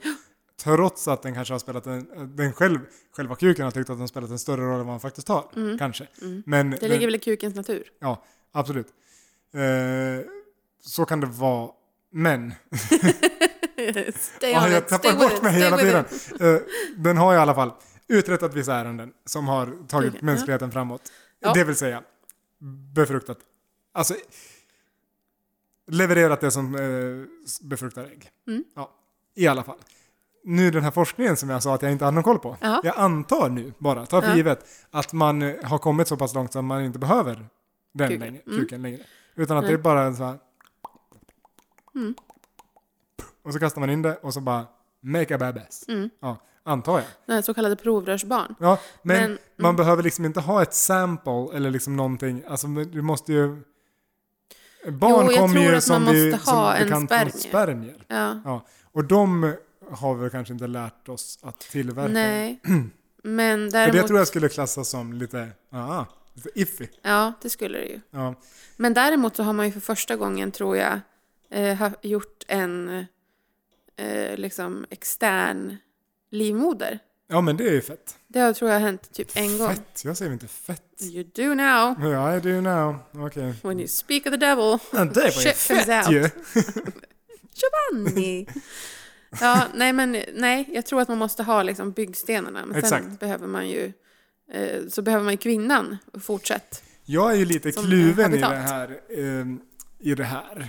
B: trots att den kanske har spelat en, den själv, själva kuken har tyckt att den spelat en större roll än vad den faktiskt har, kanske. Men,
A: Mm. Det ligger väl i kukens natur.
B: Ja, absolut. Eh, så kan det vara. Men,
A: Stay
B: ah,
A: on
B: jag
A: it, stay
B: tappar
A: with
B: bort
A: it,
B: mig
A: stay
B: hela
A: with
B: tiden.
A: it.
B: Eh, den har i alla fall uträttat vissa ärenden som har tagit
A: Okej, ja.
B: mänskligheten framåt.
A: Ja.
B: Det vill säga befruktat. Alltså, levererat det som eh, s- befruktar ägg.
A: Mm.
B: Ja, I alla fall. Nu den här forskningen som jag sa att jag inte hade någon koll på.
A: Ja.
B: Jag antar nu bara, ta för
A: Ja.
B: givet, att man eh, har kommit så pass långt att man inte behöver den
A: Kuken. Mm.
B: längre, kuken längre. Utan att det är bara en sån här...
A: Mm.
B: Och så kastar man in det och så bara make a badass. Ja, antar jag.
A: Nej, så kallade provrörsbarn.
B: Ja, men,
A: Men- mm.
B: man behöver liksom inte ha ett sample eller liksom någonting. Alltså men du måste ju... Barn
A: Jo, jag
B: kommer
A: tror
B: ju
A: att
B: som,
A: man
B: vi,
A: måste
B: som
A: ha en
B: bekant
A: spermie.
B: från spermier.
A: Ja,
B: Ja, och de har vi kanske inte lärt oss att tillverka.
A: nej. Men
B: För
A: däremot...
B: det tror jag skulle klassas som lite, ah, lite iffy.
A: Ja, det skulle det ju.
B: Ja.
A: Men däremot så har man ju för första gången, tror jag, eh, ha- gjort en eh, liksom extern livmoder.
B: ja, men det är ju fett.
A: Det har, tror jag hänt typ en gång.
B: Fett? Jag säger inte fett.
A: You do now,
B: Ja, I do now. Okej.
A: when you speak of the devil.
B: Ja, Det var ju
A: Mm. Shit comes
B: fett
A: out.
B: ju.
A: Giovanni! Ja, nej men nej, jag tror att man måste ha liksom byggstenarna. Men sen
B: Exakt.
A: behöver man ju, eh, så behöver man ju kvinnan fortsätt.
B: Jag är ju lite
A: Som
B: kluven i det
A: habitat.
B: här. ehm, I det här.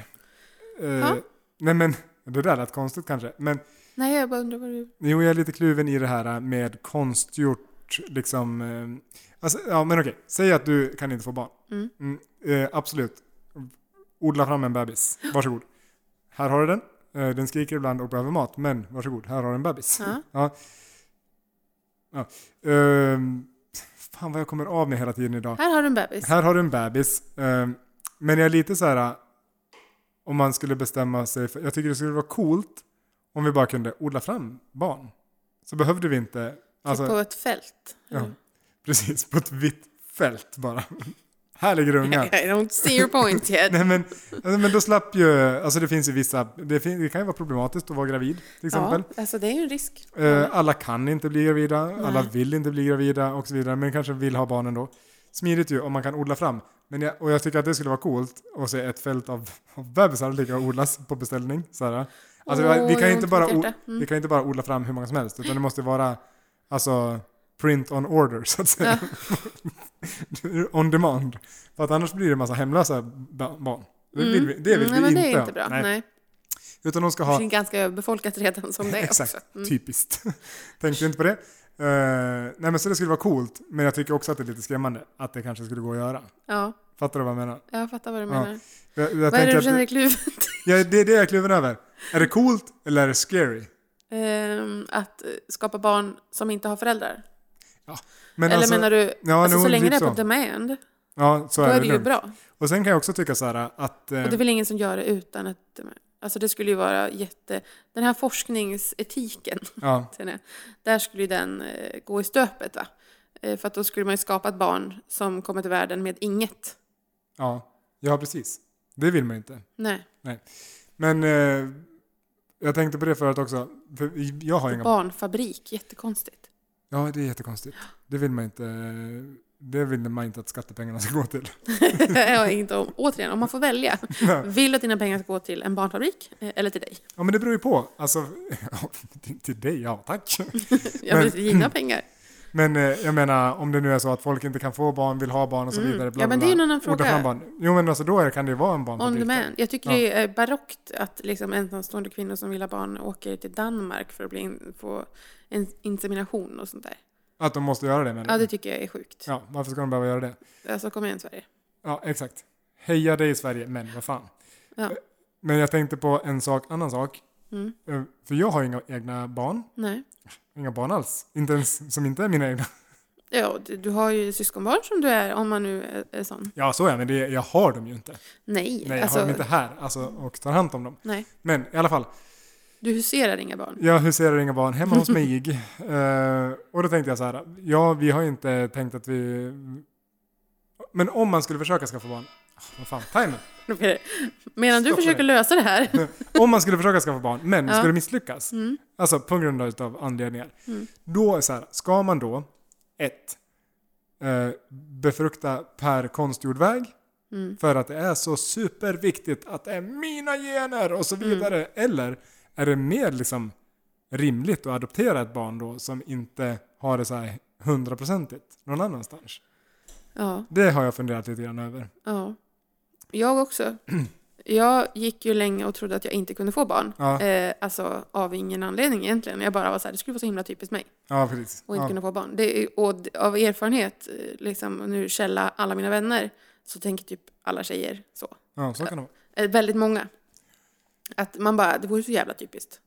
B: Eh,
A: Ja.
B: Nej men, det där lät konstigt kanske. Men
A: Nej, jag bara undrar vad du...
B: jo, jag är lite kluven i det här med konstgjort liksom. ehm, Alltså, ja men okej, säg att du kan inte få barn.
A: Mm.
B: eh, absolut. Odla fram en bebis. Varsågod. Här har du den. Eh, den skriker ibland och behöver mat, men varsågod, här har du en bebis.
A: Ja.
B: Ja. Ja. Ehm, fan vad jag kommer av mig hela tiden idag.
A: Här har du en bebis.
B: Här har du en bebis. Ehm, men jag är lite så här. eh, Om man skulle bestämma sig för. Jag tycker det skulle vara coolt om vi bara kunde odla fram barn. Så behövde vi inte.
A: typ på Mm.
B: Alltså,
A: ett fält.
B: ja, precis, på ett vitt fält bara. Här ligger ungar.
A: I don't see your point yet.
B: Nej men, alltså, men då slapp ju, alltså det finns ju vissa, det, fin, det kan ju vara problematiskt att vara gravid till exempel.
A: Ja, alltså det är ju en risk.
B: Eh, alla kan inte bli gravida, alla vill inte bli gravida och så vidare, men kanske vill ha barn ändå. Smidigt ju om man kan odla fram. Men jag, och jag tycker att det skulle vara coolt att se ett fält av, av bebisar ligga och odlas på beställning. Så här. Alltså,
A: Åh,
B: vi,
A: jag
B: kan
A: har
B: ju
A: ont
B: inte
A: i
B: bara,
A: mitt
B: o-
A: hjärta. Mm.
B: vi kan ju inte bara odla fram hur många som helst, utan det måste vara alltså, print on order så att säga. on demand. För att annars blir det en massa hemlösa ba- barn. Det vill vi, det vill
A: Mm. Nej,
B: vi
A: men
B: inte
A: det är inte
B: ha.
A: bra.
B: Nej.
A: Nej. Nej.
B: Utan de ska
A: Det
B: ha
A: är ganska överbefolkat redan som det är
B: Exakt,
A: också. Mm.
B: typiskt. Tänkte inte på det. Eh, nej men så det skulle vara coolt, men jag tycker också att det är lite skrämmande att det kanske skulle gå att göra.
A: Ja,
B: Fattar du vad jag menar?
A: jag fattar vad du
B: Ja,
A: menar.
B: Jag, jag
A: vad är det
B: tänker
A: du
B: att-
A: känner dig kluven till?
B: ja, det är det jag är kluven över. Är det coolt eller är det scary?
A: Ehm, Att eh, skapa barn som inte har föräldrar?
B: Men
A: Eller
B: alltså-
A: menar du,
B: ja,
A: alltså,
B: nog
A: så länge
B: typ
A: det är på
B: så.
A: demand,
B: Ja, så
A: då
B: är,
A: är
B: det
A: det ju
B: lugnt.
A: bra.
B: Och sen kan jag också tycka så här att... eh,
A: Och det är väl ingen som gör det utan ett demand. Alltså det skulle ju vara jätte... Den här forskningsetiken,
B: ja,
A: säger jag, där skulle ju den eh, gå i stöpet va? Eh, För att då skulle man ju skapa ett barn som kommer till världen med inget.
B: ja, ja, precis. Det vill man inte.
A: Nej,
B: Men eh, jag tänkte på det förut också. För jag har inga
A: barnfabrik, jättekonstigt.
B: Ja, det är jättekonstigt. Det vill man inte, eh, det vill man inte att skattepengarna ska gå till.
A: ja, inte om, återigen, om man får välja. Vill du att dina pengar ska gå till en barnfabrik eh, eller till dig?
B: Ja, men det beror ju på. Alltså, ja, till- till dig, ja tack.
A: Jag vill till dina pengar.
B: Men eh, jag menar, om det nu är så att folk inte kan få barn, vill ha barn och så
A: Mm.
B: vidare.
A: Ja, men det är ju en annan
B: Odla
A: fråga.
B: fram Barn. Jo, men alltså då är- kan det ju vara en
A: On
B: barnfabrik.
A: demand. Jag tycker
B: Ja.
A: det är barockt att liksom ensamstående kvinnor som vill ha barn åker till Danmark för att bli in, få en insemination och sånt där.
B: Att de måste göra det, men.
A: Ja, det tycker jag är sjukt.
B: ja, varför ska de behöva göra det?
A: Alltså, kom igen Sverige.
B: Ja, exakt. Heja dig Sverige, men vad fan. Eh,
A: Ja.
B: Men jag tänkte på en sak, annan sak.
A: Mm.
B: Eh, För jag har ju inga egna barn.
A: Nej.
B: Inga barn alls. Inte ens som inte är mina egna.
A: Ja, du, du har ju syskonbarn som du är, om man nu är, är sån.
B: Ja, så är jag, men det, jag har dem ju inte.
A: Nej,
B: Nej, jag
A: alltså,
B: har dem inte här alltså, och tar hand om dem.
A: nej.
B: Men i alla fall,
A: Du huserar inga barn.
B: jag huserar inga barn hemma hos mig. Eh, och då tänkte jag så här, ja, vi har ju inte tänkt att vi... Men om man skulle försöka skaffa barn... Ah, Vad fan, timer!
A: Medan du
B: Stoppa
A: försöker
B: det.
A: lösa det här.
B: Om man skulle försöka skaffa barn, men
A: Ja.
B: skulle misslyckas,
A: Mm.
B: alltså på grund av anledningar,
A: Mm.
B: då är så här, ska man då, ett, eh, befrukta per konstgjord väg,
A: Mm.
B: för att det är så superviktigt att det är mina gener och
A: Mm.
B: så vidare. Eller är det mer liksom rimligt att adoptera ett barn då som inte har det så här hundraprocentigt någon annanstans?
A: Ja.
B: Det har jag funderat lite grann över.
A: Ja. Jag också. Jag gick ju länge och trodde att jag inte kunde få barn.
B: Ja.
A: Eh, alltså av ingen anledning egentligen. Jag bara var så här, det skulle vara så himla typiskt mig
B: Ja, precis.
A: och inte
B: Ja.
A: kunna få barn. Det, är- och d- av erfarenhet, eh, liksom, och nu källa alla mina vänner så tänker typ alla tjejer så.
B: Ja, så kan det vara.
A: Eh, Väldigt många. Att man bara, det vore så jävla typiskt.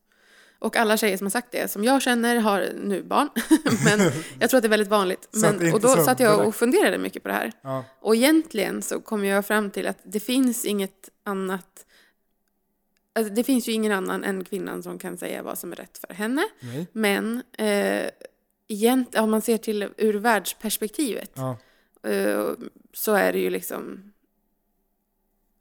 A: Och alla tjejer som har sagt det, som jag känner, har nu barn. men jag tror att det är väldigt vanligt.
B: Så att det är
A: Men, och
B: inte
A: då
B: så
A: satt jag och
B: direkt.
A: funderade mycket på det här.
B: Ja.
A: Och egentligen så kom jag fram till att det finns inget annat Alltså, det finns ju ingen annan än kvinnan som kan säga vad som är rätt för henne.
B: Nej.
A: Men eh, egent, om man ser till ur världsperspektivet
B: Ja.
A: eh, så är det ju liksom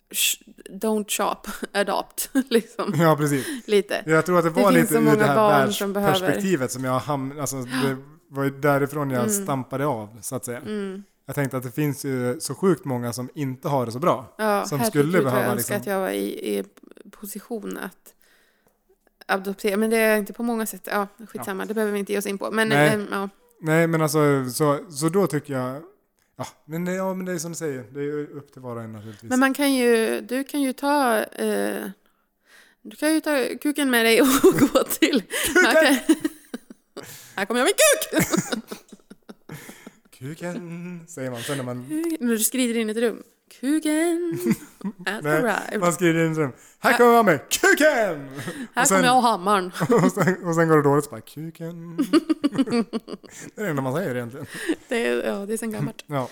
A: sh- don't shop, adopt. liksom,
B: ja, precis.
A: lite.
B: Jag tror att det
A: Det
B: var
A: finns
B: lite
A: så
B: ur
A: många
B: det här
A: barn som behöver-
B: världsperspektivet som jag hamnade... Alltså, det var ju därifrån jag
A: Mm.
B: stampade av, så att säga. Jag tänkte att det finns ju så sjukt många som inte har det så bra.
A: Ja,
B: som
A: herregud,
B: skulle
A: vad
B: behöva
A: jag
B: liksom-
A: önskar att jag var i, i position att adoptera. Men det är jag inte på många sätt. Ja, skitsamma, det behöver vi inte ge oss in på. Men
B: Nej.
A: eh, ja,
B: Nej, men alltså, så, så då tycker jag... Ja men, det, ja, men det är som du säger. Det är ju upp till var och en naturligtvis.
A: men man kan ju, du kan ju ta eh, du kan ju ta kuken med dig och gå till... Här, kan, här kommer jag med kuk!
B: Kuken, säger man. Sen när man,
A: När du skrider in i ett rum. Kuken has
B: nej,
A: arrived.
B: man skriver in i ett rum. Här kommer jag med kuken!
A: Här
B: sen-
A: kommer jag och hammaren.
B: och, sen, och sen går det dåligt så bara kuken. det är det enda man säger egentligen.
A: Det är, ja, det är sen gammalt.
B: Ja.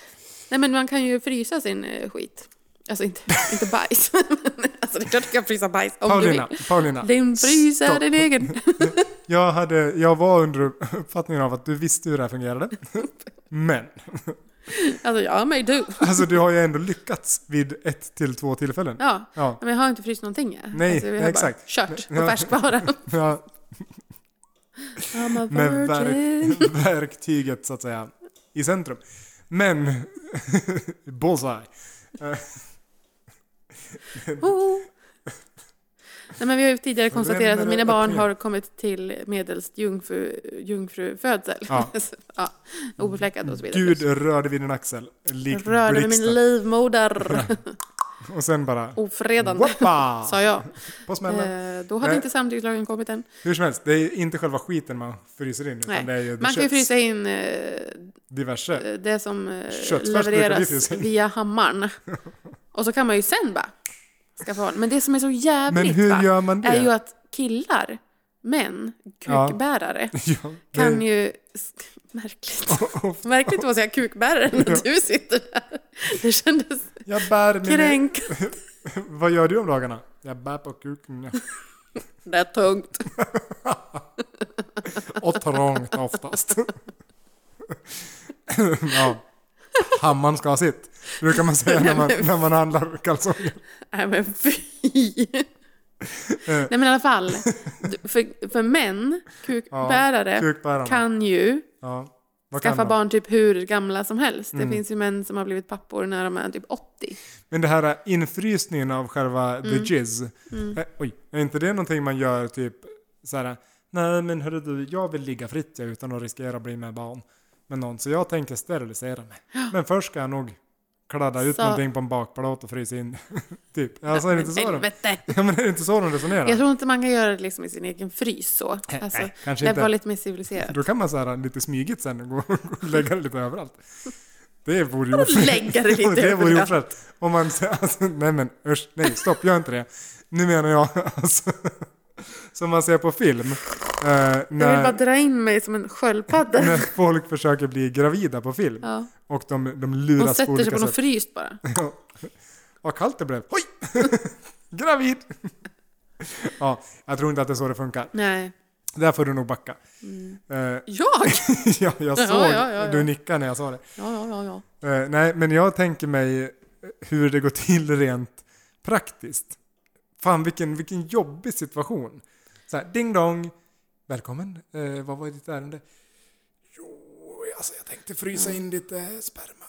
A: Nej men man kan ju frysa sin eh, skit. Alltså inte, inte bajs. alltså det är klart du kan frysa bajs om
B: Paulina,
A: du vill.
B: Paulina.
A: Din frys är
B: Stopp.
A: din egen.
B: Jag, hade, jag var under uppfattningen av att du visste hur det här fungerade. Men,
A: Alltså ja, mig du.
B: alltså du har ju ändå lyckats vid ett till två tillfällen.
A: Ja.
B: Ja.
A: Men jag har inte fryst någonting. jag.
B: Nej,
A: alltså, jag har
B: exakt.
A: Bara kört på
B: Ja.
A: färskvara.
B: Ja,
A: I'm a
B: med
A: virgin.
B: verk, verktyget så att säga i centrum. Men, bullseye.
A: Oh. Nej, men vi har ju tidigare konstaterat att
B: det
A: mina
B: upp
A: barn
B: igen.
A: har kommit till medelst jungfru, jungfrufödsel.
B: Ja.
A: Så, ja. Obefläckad och så vidare.
B: Gud rörde vid din axel, likt
A: Rörde vid min
B: blixten.
A: livmoder.
B: Och sen bara,
A: Ofredande.
B: whoppa!
A: Sa jag.
B: På smällen.
A: Eh, då hade
B: Nej.
A: inte samtyckeslagen kommit än.
B: Hur som helst, det är inte själva skiten man fryser in, utan
A: Nej.
B: det är ju det
A: man kan ju
B: köps
A: frysa in eh,
B: diverse.
A: det som eh,
B: Köttfärs brukar vi
A: levereras
B: frysa in.
A: via hammaren. Och så kan man ju sen bara skaffa barn. Men det som är så jävligt
B: Men hur
A: va,
B: gör man det?
A: är ju att killar, män, kukbärare,
B: Ja, det-
A: kan ju... Märkligt. Märkligt att säga kukbärare
B: Oh, Ja.
A: när du sitter där. Det kändes
B: Jag bär min...
A: kränkt.
B: Vad gör du om dagarna? Jag bär på kuken. ja.
A: Det är tungt.
B: Och trångt oftast. ja. Hammaren ska ha sitt. Brukar man säga när man, när man handlar kalsonger.
A: Nej men fy!
B: Eh.
A: Nej men i alla fall, du- för, för män, kukbärare,
B: Kukbärarna.
A: kan ju
B: Ja. Vad kan
A: skaffa
B: man?
A: barn typ hur gamla som helst.
B: Mm.
A: Det finns ju män som har blivit pappor när de är typ 80.
B: Men det här infrysningen av själva the
A: Mm.
B: jizz. Eh, oj, är inte det någonting man gör typ så här. Nej men hörru du, jag vill ligga fritt jag, utan att riskera att bli med barn. Med någon, så jag tänker sterilisera mig. Men först ska jag nog kladda ut
A: Så-
B: någonting på en bakplåt och frysa in. typ. Alltså är det inte så de,
A: Helvete!
B: ja, men är det inte så de resonerar?
A: Jag tror inte man kan göra det liksom i sin egen frys så. Alltså,
B: Eh, nej, kanske
A: det
B: inte.
A: var lite mer civiliserat.
B: Då kan man så här lite smygigt sen gå och lägga det lite överallt. Det vore ju ofräscht.
A: Lägga det lite
B: Det vore ju
A: överallt.
B: ofräscht. Om man säger alltså, nej men usch, nej stopp, gör inte det. Nu menar jag alltså, som man ser på film. Eh,
A: Du vill bara
B: när,
A: dra in mig som en sköldpadda.
B: när folk försöker bli gravida på film.
A: Ja.
B: Och de, de
A: Hon
B: luras på
A: sätter sig
B: olika
A: på något
B: sätt.
A: fryst bara.
B: Vad kallt det blev. Oj! Gravid! ja, jag tror inte att det är så det funkar.
A: Nej. Mm.
B: Där får du nog backa. Eh,
A: Jag?
B: ja, jag såg,
A: ja, ja, ja.
B: du nickade när jag sa det.
A: Ja, ja, ja. ja.
B: Eh, nej, men jag tänker mig eh, hur det går till rent praktiskt. Fan, vilken, vilken jobbig situation. Så här, ding dong. Välkommen. Eh, vad var ditt ärende? Jo, alltså jag tänkte frysa in lite sperma.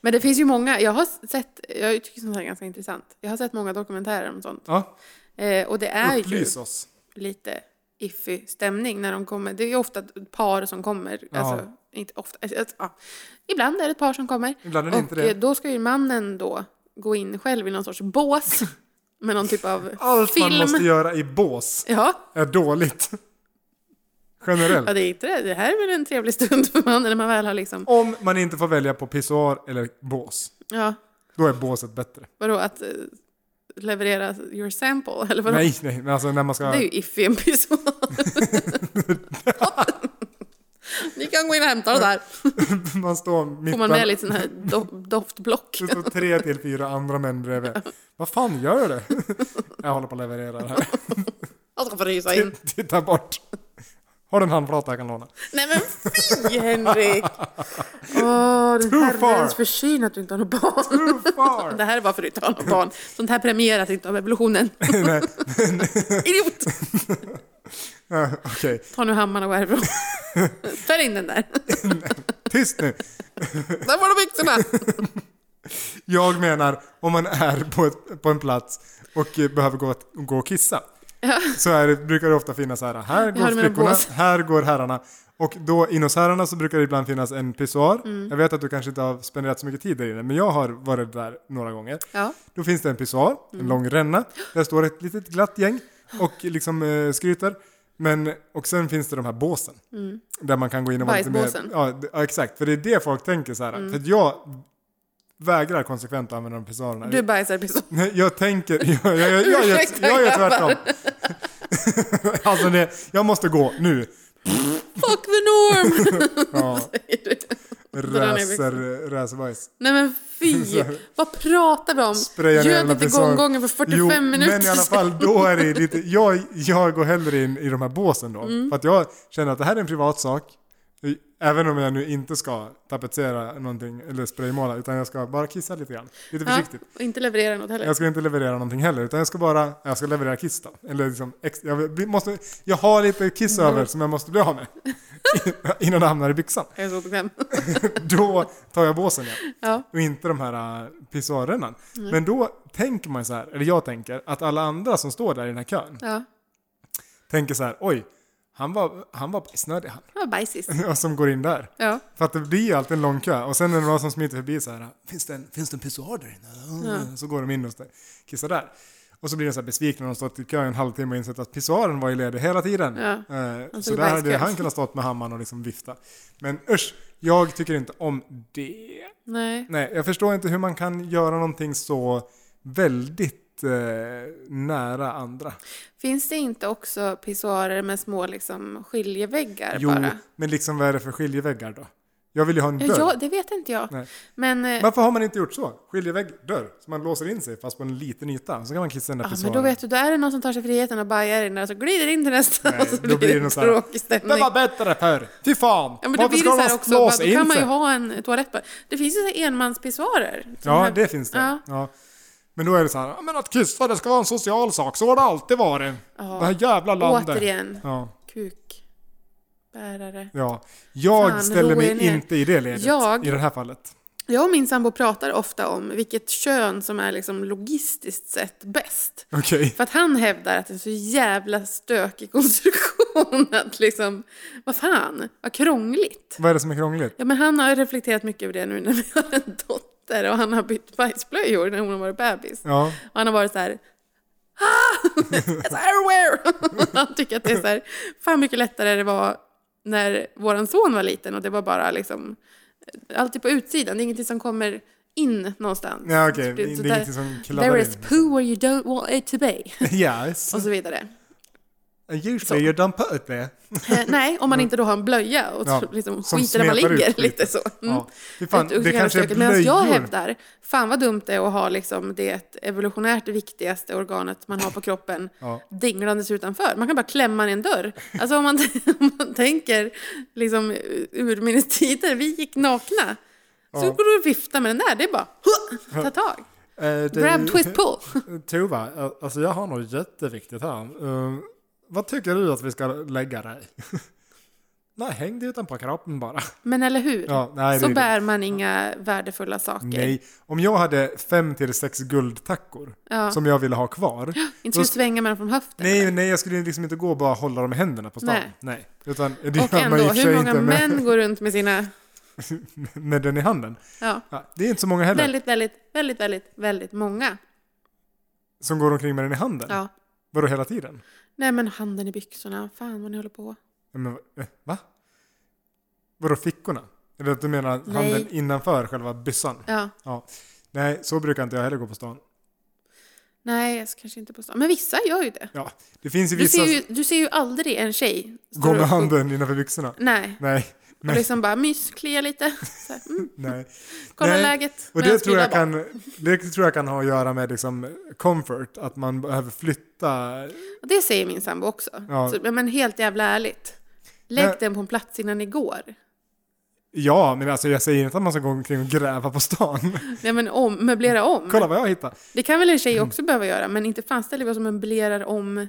A: Men det finns ju många, jag har sett, jag tycker sånt här är ganska intressant. Jag har sett många dokumentärer om sånt.
B: Ja,
A: Eh, och det är ju typ
B: upplys oss.
A: lite iffy stämning när de kommer. Det är ju ofta ett par som kommer.
B: Ja.
A: Alltså, inte ofta. Alltså, alltså, ja. Ibland är det ett par som kommer.
B: Ibland är det
A: och
B: inte det.
A: eh, då ska ju mannen då gå in själv i någon sorts bås med någon typ av
B: Allt
A: film.
B: man måste göra i bås
A: Ja,
B: är dåligt. Generellt.
A: Ja, det är inte det. Det här är väl en trevlig stund för mannen när man väl har liksom...
B: Om man inte får välja på pissoar eller bås,
A: Ja,
B: då är båset bättre.
A: vadå att eh, leverera your sample? Eller vadå?
B: Nej, nej, men alltså när man ska...
A: Det är ju iffy en pissoar. Ni kan gå in och hämta det där.
B: man står mitt
A: Får man med lite sån här do doftblock.
B: Det står tre till fyra andra män bredvid. Vad fan gör du? Jag håller på att leverera det här.
A: Jag ska frysa in.
B: Titta bort. Har du en handflata jag kan låna?
A: Nej men fy Henrik! Åh,
B: Too
A: din
B: far.
A: herrens försyn att du inte har något barn.
B: Too far!
A: Det här är bara för att du inte har något barn. Sånt här premieras inte av evolutionen.
B: Nej,
A: Idiot!
B: eh, Okej,
A: Ta nu hammaren och gå härifrån. För in den där.
B: tyst nu.
A: Där var de byxorna!
B: Jag menar om man är på, ett, på en plats och eh, behöver gå, att- gå och kissa. Så är det, brukar det ofta finnas så här, här går
A: hörde med en
B: flickorna,
A: bås.
B: här går herrarna. Och då in hos herrarna så brukar det ibland finnas en pissoar.
A: Mm.
B: Jag vet att du kanske inte har spenderat så mycket tid där inne, men jag har varit där några gånger.
A: Ja.
B: Då finns det en pissoar,
A: Mm.
B: en lång ränna. Där står ett litet glatt gäng och liksom eh, skryter. Men, och sen finns det de här båsen. Där man kan gå in och vara lite mer...
A: Mm. Bajsbåsen. Mm.
B: Ja, d- ja, exakt. För det är det folk tänker så här. För att jag vägrar konsekvent att använda de pissoarerna.
A: Du bajsar pissoar.
B: Nej, Jag tänker... Jag, jag, jag, jag, gör-
A: Ursäkta,
B: jag gör tvärtom.
A: grabbar.
B: alltså, det, jag måste gå nu.
A: Fuck the norm! säger
B: Ja,
A: du. ner
B: räser, räserbajs.
A: Nej men fy! Vad pratar vi om?
B: Spraya ner
A: Göt
B: jävla
A: inte
B: pissoar.
A: gånggången för 45
B: jo,
A: minuter
B: men i alla
A: sedan.
B: fall då är det lite... Jag, jag går hellre in i de här båsen då.
A: Mm.
B: För att jag känner att det här är en privat sak. Även om jag nu inte ska tapetsera någonting eller spraymåla utan jag ska bara kissa lite grann. Lite
A: Ja,
B: försiktigt.
A: och inte leverera något heller.
B: Jag ska inte leverera någonting heller utan jag ska bara... Jag ska leverera kiss då. Eller liksom... Ex, jag, blir- måste, jag har lite kiss
A: Mm.
B: över som jag måste bli av med. Innan det hamnar i byxan.
A: Jag är så obekväm.
B: Då tar jag båsen ja.
A: Ja.
B: Och inte de här äh, pissoarerna. Men då tänker man så här, eller jag tänker, att alla andra som står där i den här kön
A: Ja,
B: tänker så här, oj, han var, han var pissnödig han.
A: det var bajsis.
B: Och som går in där.
A: Ja.
B: För att det blir ju alltid en lång kö. Och sen är det någon som smiter förbi så här, finns det en, finns det en pissoar där inne? Ja. Så går de in och stä- kissar där. Och så blir de så här besvikna när de stått i kö en halvtimme och insett att pissoaren var ju ledig hela tiden.
A: Ja.
B: Eh,
A: Han
B: så
A: tog
B: där hade
A: bajskräm.
B: han kunnat stått med hammaren och liksom vifta. Men usch, jag tycker inte om det.
A: Nej.
B: Nej, jag förstår inte hur man kan göra någonting så väldigt eh, nära andra.
A: Finns det inte också pissoarer med små liksom, skiljeväggar
B: Jo,
A: bara?
B: men liksom vad är det för skiljeväggar då? Jag vill ju ha en
A: Ja,
B: dörr.
A: ja, det vet inte jag.
B: Nej.
A: Men, eh,
B: Varför har man inte gjort så? Skiljevägg, dörr. Så man låser in sig fast på en liten yta. Så kan man kissa den där
A: ja, men då
B: pissoaren.
A: vet du, då är det någon som tar sig friheten och bajar in där och så glider in till nästa
B: Nej,
A: och så
B: Eh, då
A: blir
B: blir det
A: alltså, det en
B: någon så här,
A: tråkig stämning.
B: Det var bättre förr! Fy fan!
A: Ja, men då
B: Varför
A: blir
B: ska
A: det så
B: man
A: här också, bara,
B: låsa
A: då kan
B: in
A: man ju
B: sig?
A: ha en toalett bara. Det finns ju så här enmanspissoarer. De
B: Ja,
A: här-
B: det finns det.
A: Ja.
B: Ja. Men då är det så här, "Ja, men att kissa det ska vara en social sak, så har det alltid varit.
A: Ja.
B: Det här jävla landet.
A: Återigen,
B: Ja,
A: kukbärare.
B: ja. Jag
A: Fan,
B: ställer
A: ro
B: mig
A: er ner.
B: inte i det ledet
A: Jag-
B: i det här fallet.
A: Jag och min sambo pratar ofta om vilket kön som är liksom logistiskt sett bäst.
B: Okej.
A: För att han hävdar att det är en så jävla stökig konstruktion att liksom, vad fan, vad krångligt.
B: Vad är det som är krångligt?
A: Ja men han har reflekterat mycket över det nu när vi har en dotter och han har bytt bajsblöjor när hon har varit bebis.
B: Ja.
A: Och han har varit så här, ah! It's everywhere! han tycker att det är så här, fan mycket lättare det var när våran son var liten och det var bara liksom, alltid på utsidan, det är ingenting som kommer in någonstans.
B: Ja, okej.
A: Typ, Så så
B: Det, det
A: där-
B: är ingenting som
A: There
B: kladdar
A: is
B: in. liksom."
A: poo where you don't want it to be.
B: Yes.
A: Och så vidare.
B: And usually you dump out there.
A: Eh, nej, om man inte då har en blöja och
B: Ja,
A: så liksom
B: som
A: skiter där man
B: smetar ut
A: ligger
B: skiten.
A: lite så. Mm.
B: Ja. Fy fan,
A: Ett- och
B: det
A: jävla
B: kanske är
A: stökigt. Medan jag
B: blöjor.
A: hävdar, fan vad dumt det är att ha liksom det evolutionärt viktigaste organet man har på kroppen
B: Ja.
A: dinglandes utanför. Man kan bara klämma ner en dörr. Alltså om man, om man tänker liksom urminnes tider, vi gick nakna. Så
B: Ja.
A: går du och viftar med den där, det är bara huh, ta tag.
B: Eh,
A: Grab, twist, pull.
B: Tova, eh, alltså jag har något jätteviktigt här. Eh, vad tycker du att vi ska lägga dig? nej, häng dig utanpå kroppen bara.
A: Men eller hur?
B: Ja, nej,
A: så
B: det är-
A: bär man inga värdefulla saker.
B: Nej, om jag hade fem till sex guldtackor
A: Ja.
B: som jag ville ha kvar.
A: Inte skulle
B: då
A: svänga med dem från höften.
B: Nej, nej, jag skulle liksom inte gå och bara hålla dem i händerna på stan. Nej.
A: Nej.
B: Utan, det
A: Och
B: gör man i
A: ändå,
B: och för sig
A: hur många
B: inte med,
A: män går runt med sina...
B: med den i handen.
A: Ja,
B: Ja, det är inte så många heller
A: väldigt, väldigt, väldigt, väldigt, väldigt många.
B: som går omkring med den i handen.
A: Ja.
B: Vadå hela tiden?
A: Nej men handen i byxorna, fan vad ni håller på.
B: Ja, Men, eh, va? Vadå fickorna? Eller att du menar
A: Nej.
B: handen innanför själva byssan?
A: Ja.
B: Ja. Nej, så brukar inte jag heller gå på stan.
A: Nej, jag ska kanske inte på stan. Men vissa gör ju det.
B: Ja, det finns ju
A: Du
B: vissa
A: ser ju, du ser ju aldrig en tjej
B: som går med
A: upp-
B: handen innanför byxorna.
A: Nej.
B: Nej,
A: Och
B: men,
A: liksom bara mys, klia lite. Så här, mm,
B: nej.
A: kolla
B: Nej,
A: läget.
B: Och
A: medan
B: det tror,
A: killar
B: jag
A: bara-
B: kan, det tror jag kan ha att göra med liksom comfort, att man behöver flytta.
A: Och det säger min sambo också.
B: Ja.
A: Så, men helt jävla ärligt. Lägg
B: Men-
A: den på en plats innan ni går.
B: Ja, men alltså jag säger inte att man ska gå omkring och gräva på stan.
A: Nej men om, möblera om.
B: Kolla Mm. vad jag hittade.
A: Det kan väl en tjej också behöva göra, men inte fan ställer vi oss och möblerar om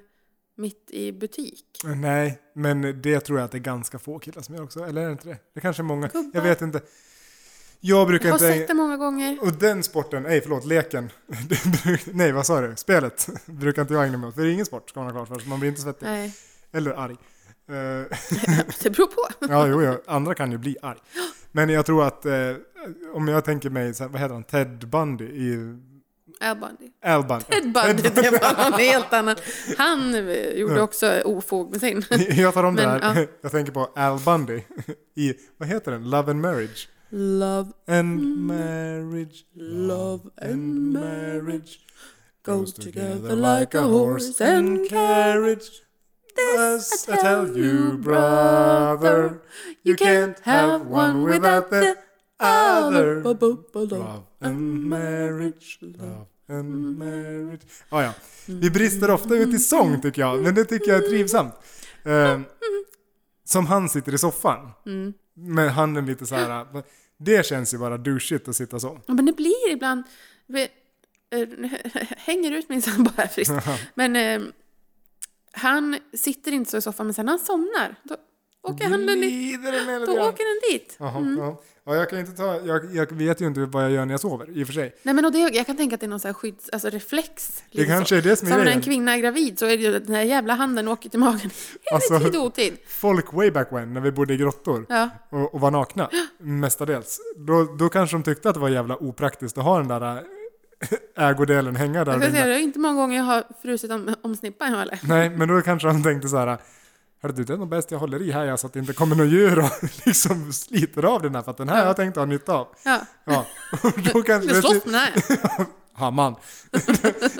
A: mitt i butik.
B: Nej, men det tror jag att det är ganska få killar som gör också. Eller är det inte det? Det kanske är många. Jag
A: Gubbar.
B: vet inte. Jag brukar
A: Jag har
B: inte...
A: sett det många gånger.
B: Och den sporten, nej förlåt, leken. Det bruk- nej vad sa du? Spelet brukar inte jag ägna mig åt. För det är ingen sport ska man ha klart för sig. Man blir inte svettig.
A: Nej,
B: Eller arg. Eh,
A: det beror på.
B: ja, jo, jo, andra kan ju bli arg. Men jag tror att eh, om jag tänker mig, så här, vad heter han, Ted Bundy i...
A: Al Bundy.
B: Al Bundy.
A: Ted Bundy, det var någon helt annan. Han eh, gjorde också ofog med sin.
B: Jag tar om det
A: Men,
B: här.
A: ja.
B: Jag tänker på Al Bundy i, vad heter den? Love and Marriage.
A: Love
B: And marriage,
A: Love
B: Mm. and marriage
A: Goes together like a horse and
B: carriage. This I tell you, brother, you can't have one without the other. Love and marriage, love and marriage. Ah, ja. Vi brister ofta ut i sång tycker jag, men det tycker jag är trivsamt. Eh, som han sitter i soffan. Med handen lite så här. Det känns ju bara douchigt att sitta så.
A: Ja, men det blir ibland... vi- eh, hänger ut min sambo här friskt. Men eh, han sitter inte så i soffan, men sen när han somnar, då åker, han den dit,
B: Glider det med lite
A: då
B: Mm. grann.
A: åker den dit.
B: Jaha, ja. ja, jag kan inte ta, jag, jag vet ju inte vad jag gör när jag sover i och för sig.
A: Nej, men och det, jag kan tänka att det är någon så här skydds, alltså reflex.
B: Det kanske är det som är
A: Som när en
B: grejen.
A: kvinna är gravid så är det ju att den här jävla handen åker till magen. Hela
B: Alltså-
A: tid och otid.
B: Folk way back when, när vi bodde i grottor
A: Ja.
B: och, och var nakna, mestadels, då, då kanske de tyckte att det var jävla opraktiskt att ha den där äh, ägodelen hänga där.
A: Jag kan
B: och
A: säga,
B: vinna.
A: det är inte många gånger jag har frusit om, om snippan heller.
B: Nej, men då kanske de tänkte så här, Hörru du, det är nog bäst jag håller i här ja, så att det inte kommer några djur och liksom sliter av den här, för att den här har jag tänkt ha nytta av.
A: Ja.
B: Ja, och då kanske...
A: Du slåss med den här.
B: Hammaren.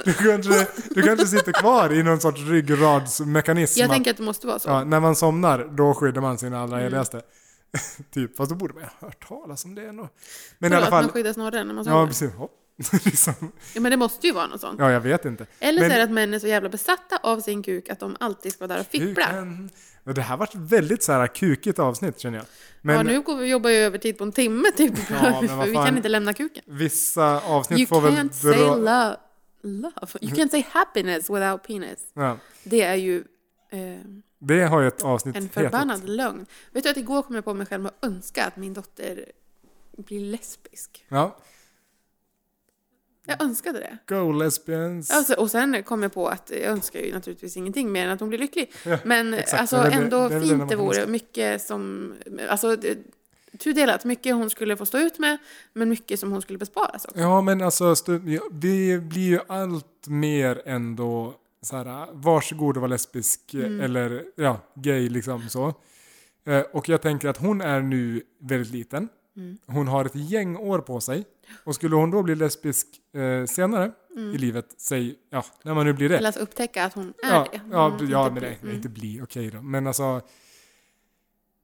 B: Du kanske, du kanske sitter kvar i någon sorts ryggradsmekanism.
A: Jag
B: att-
A: tänker Mm. att det måste vara så.
B: Ja, när man somnar, då skyddar man sina allra heligaste. typ, fast då borde man ju ha hört talas om det ändå. Men i
A: Tror
B: alla
A: att man
B: fall.
A: skyddar snorren när man sover.
B: Ja, precis. Ja, liksom.
A: Ja, men det måste ju vara något sånt.
B: ja, jag vet inte.
A: Eller
B: Men-
A: så är det att män är så jävla besatta av sin kuk att de alltid ska vara där och fippla.
B: Kuken. Ja, Det här var ett väldigt så här kukigt avsnitt känner jag. Men
A: ja, nu går vi, jobbar jag övertid på en timme typ.
B: Ja, men vad
A: för vi
B: fan.
A: kan inte lämna kuken.
B: vissa avsnitt
A: You
B: får väl
A: can't say
B: dra-
A: love, love. You can't say happiness without penis.
B: Ja,
A: Det är ju eh,
B: det har ju ett avsnitt
A: en
B: hetat.
A: förbannad lögn. Vet du att igår kom jag på mig själv att önska att min dotter blir lesbisk.
B: Ja.
A: Jag önskade det.
B: Go lesbians.
A: Alltså, och sen kom jag på att jag önskar ju naturligtvis ingenting mer än att hon blir lycklig. men
B: exakt.
A: alltså,
B: Det är väl det-
A: ändå
B: det är väl det
A: fint
B: man
A: det
B: kan
A: vore.
B: önska.
A: Mycket som... Alltså, det- tudelat. Mycket hon skulle få stå ut med, men mycket som hon skulle besparas också.
B: Ja, men alltså stu- ja, det blir ju allt mer ändå så här, varsågod och var lesbisk eh,
A: Mm.
B: eller ja, gay liksom så. Eh, Och jag tänker att hon är nu väldigt liten.
A: Mm.
B: Hon har ett gäng år på sig. Och skulle hon då bli lesbisk eh, senare i livet, säg, ja, när man nu blir det.
A: Mm. Eller att upptäcka att hon är
B: ja,
A: det.
B: ja,
A: Mm,
B: ja
A: inte
B: men
A: bli-
B: nej, inte bli, okej då. Men alltså,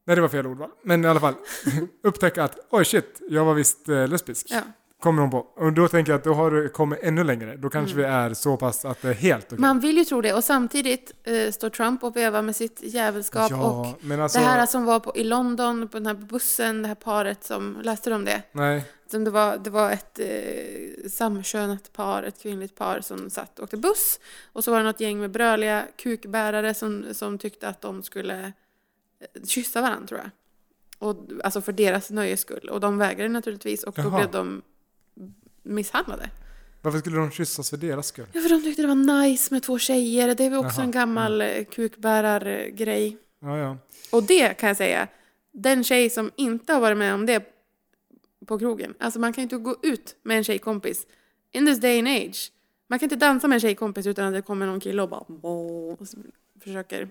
B: nej det var fel ordval. Men i alla fall, upptäcka att oj shit, jag var visst eh, lesbisk
A: Ja.
B: kommer hon på. Och då tänker jag att då har du kommit ännu längre. Då kanske vi är så pass att det är helt okej.
A: Mm. Man vill ju tro det och samtidigt eh, står Trump och vevar med sitt jävelskap.
B: Ja,
A: och
B: men alltså...
A: Det här som var på, i London på den här bussen, det här paret som, läste du om det?
B: Nej,
A: Som det, var, det var ett eh, samkönat par, ett kvinnligt par som satt och åkte buss. Och så var det något gäng med bröliga kukbärare som, som tyckte att de skulle eh, kyssa varandra tror jag. Och, alltså för deras nöjes skull. Och de vägrade naturligtvis och då
B: Jaha.
A: blev de misshandlade.
B: varför skulle de kyssas för deras skull?
A: Ja, för de tyckte det var nice med två tjejer. Det är väl också
B: Jaha.
A: en gammal eh, kukbärargrej.
B: Ja, ja.
A: Och det kan jag säga, den tjej som inte har varit med om det på krogen, alltså man kan ju inte gå ut med en tjejkompis in this day and age. Man kan inte dansa med en tjejkompis utan att det kommer någon kille och bara "Åh", och så försöker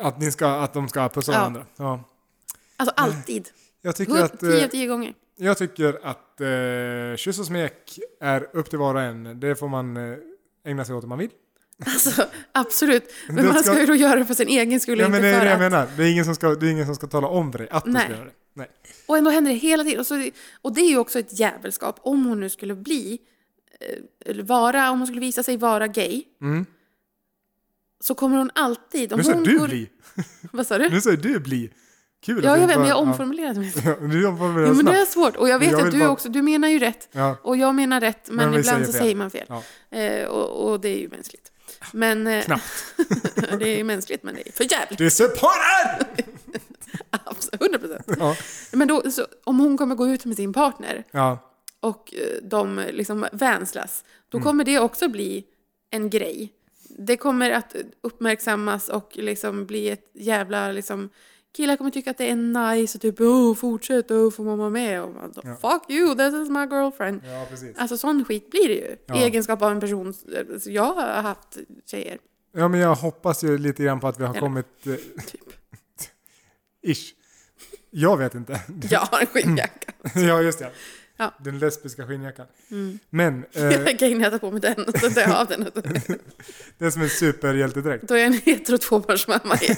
B: Att, ni ska, att de ska pussa
A: Ja.
B: varandra. Ja.
A: Alltså alltid.
B: Jag tycker att... eh,
A: 10 av 10 gånger.
B: Jag tycker att eh, kyss och smek är upp till var och en. Det får man eh, ägna sig åt om man vill.
A: Alltså absolut. Men
B: Då
A: man ska
B: ska-
A: ju då göra det för sin egen skull
B: Ja,
A: och
B: men det
A: inte
B: är
A: för
B: det jag
A: att...
B: menar. Det är ingen som ska, det är ingen som ska tala om för dig att du
A: Nej.
B: ska göra det. Nej.
A: Och ändå händer det hela tiden. Och, så, och det är ju också ett jävelskap. Om hon nu skulle bli, eh, eller vara, om hon skulle visa sig vara gay.
B: Mm.
A: Så kommer hon alltid... Om
B: Nu säger
A: hon
B: du bli.
A: Vad sa du?
B: Nu säger du bli. Kul
A: Ja,
B: att
A: jag
B: du
A: vet, men
B: bara-
A: jag omformulerade mig.
B: Ja. Ja, du omformulerar
A: Jo, men det är
B: snabbt.
A: svårt. Och jag
B: Men
A: vet
B: jag
A: att
B: vill
A: du
B: bara-
A: också, du menar ju rätt.
B: Ja.
A: Och jag menar rätt, men,
B: Men vi
A: ibland
B: säger
A: så
B: fel.
A: säger man fel.
B: Ja.
A: Eh, och, och det är ju mänskligt. Men, eh,
B: Knappt.
A: det är ju mänskligt, men det är för jävligt.
B: Du är supporter!
A: Absolut, 100 procent.
B: Ja.
A: Men då, så, om hon kommer gå ut med sin partner
B: ja.
A: och eh, de liksom vänslas, då
B: Mm.
A: kommer det också bli en grej. Det kommer att uppmärksammas och liksom bli ett jävla liksom Killar kommer tycka att det är nice och typ oh, fortsätt, oh, får man vara med? Och man, Fuck you, this is my girlfriend.
B: Ja, precis.
A: Alltså sån skit blir det ju.
B: Ja.
A: I egenskap av en person. Alltså, jag har haft tjejer.
B: Ja, men jag hoppas ju lite grann på att vi har
A: Eller-
B: kommit... Eh,
A: Typ.
B: ish. Jag vet inte.
A: Jag har en skinnjacka.
B: ja, just det.
A: Ja. Mm.
B: Den lesbiska skinnjackan. Men... Eh,
A: Jag kan inte ta på mig den och så tar jag av den. och så-
B: det är som en superhjältedräkt.
A: Då är jag en hetero tvåbarnsmamma igen.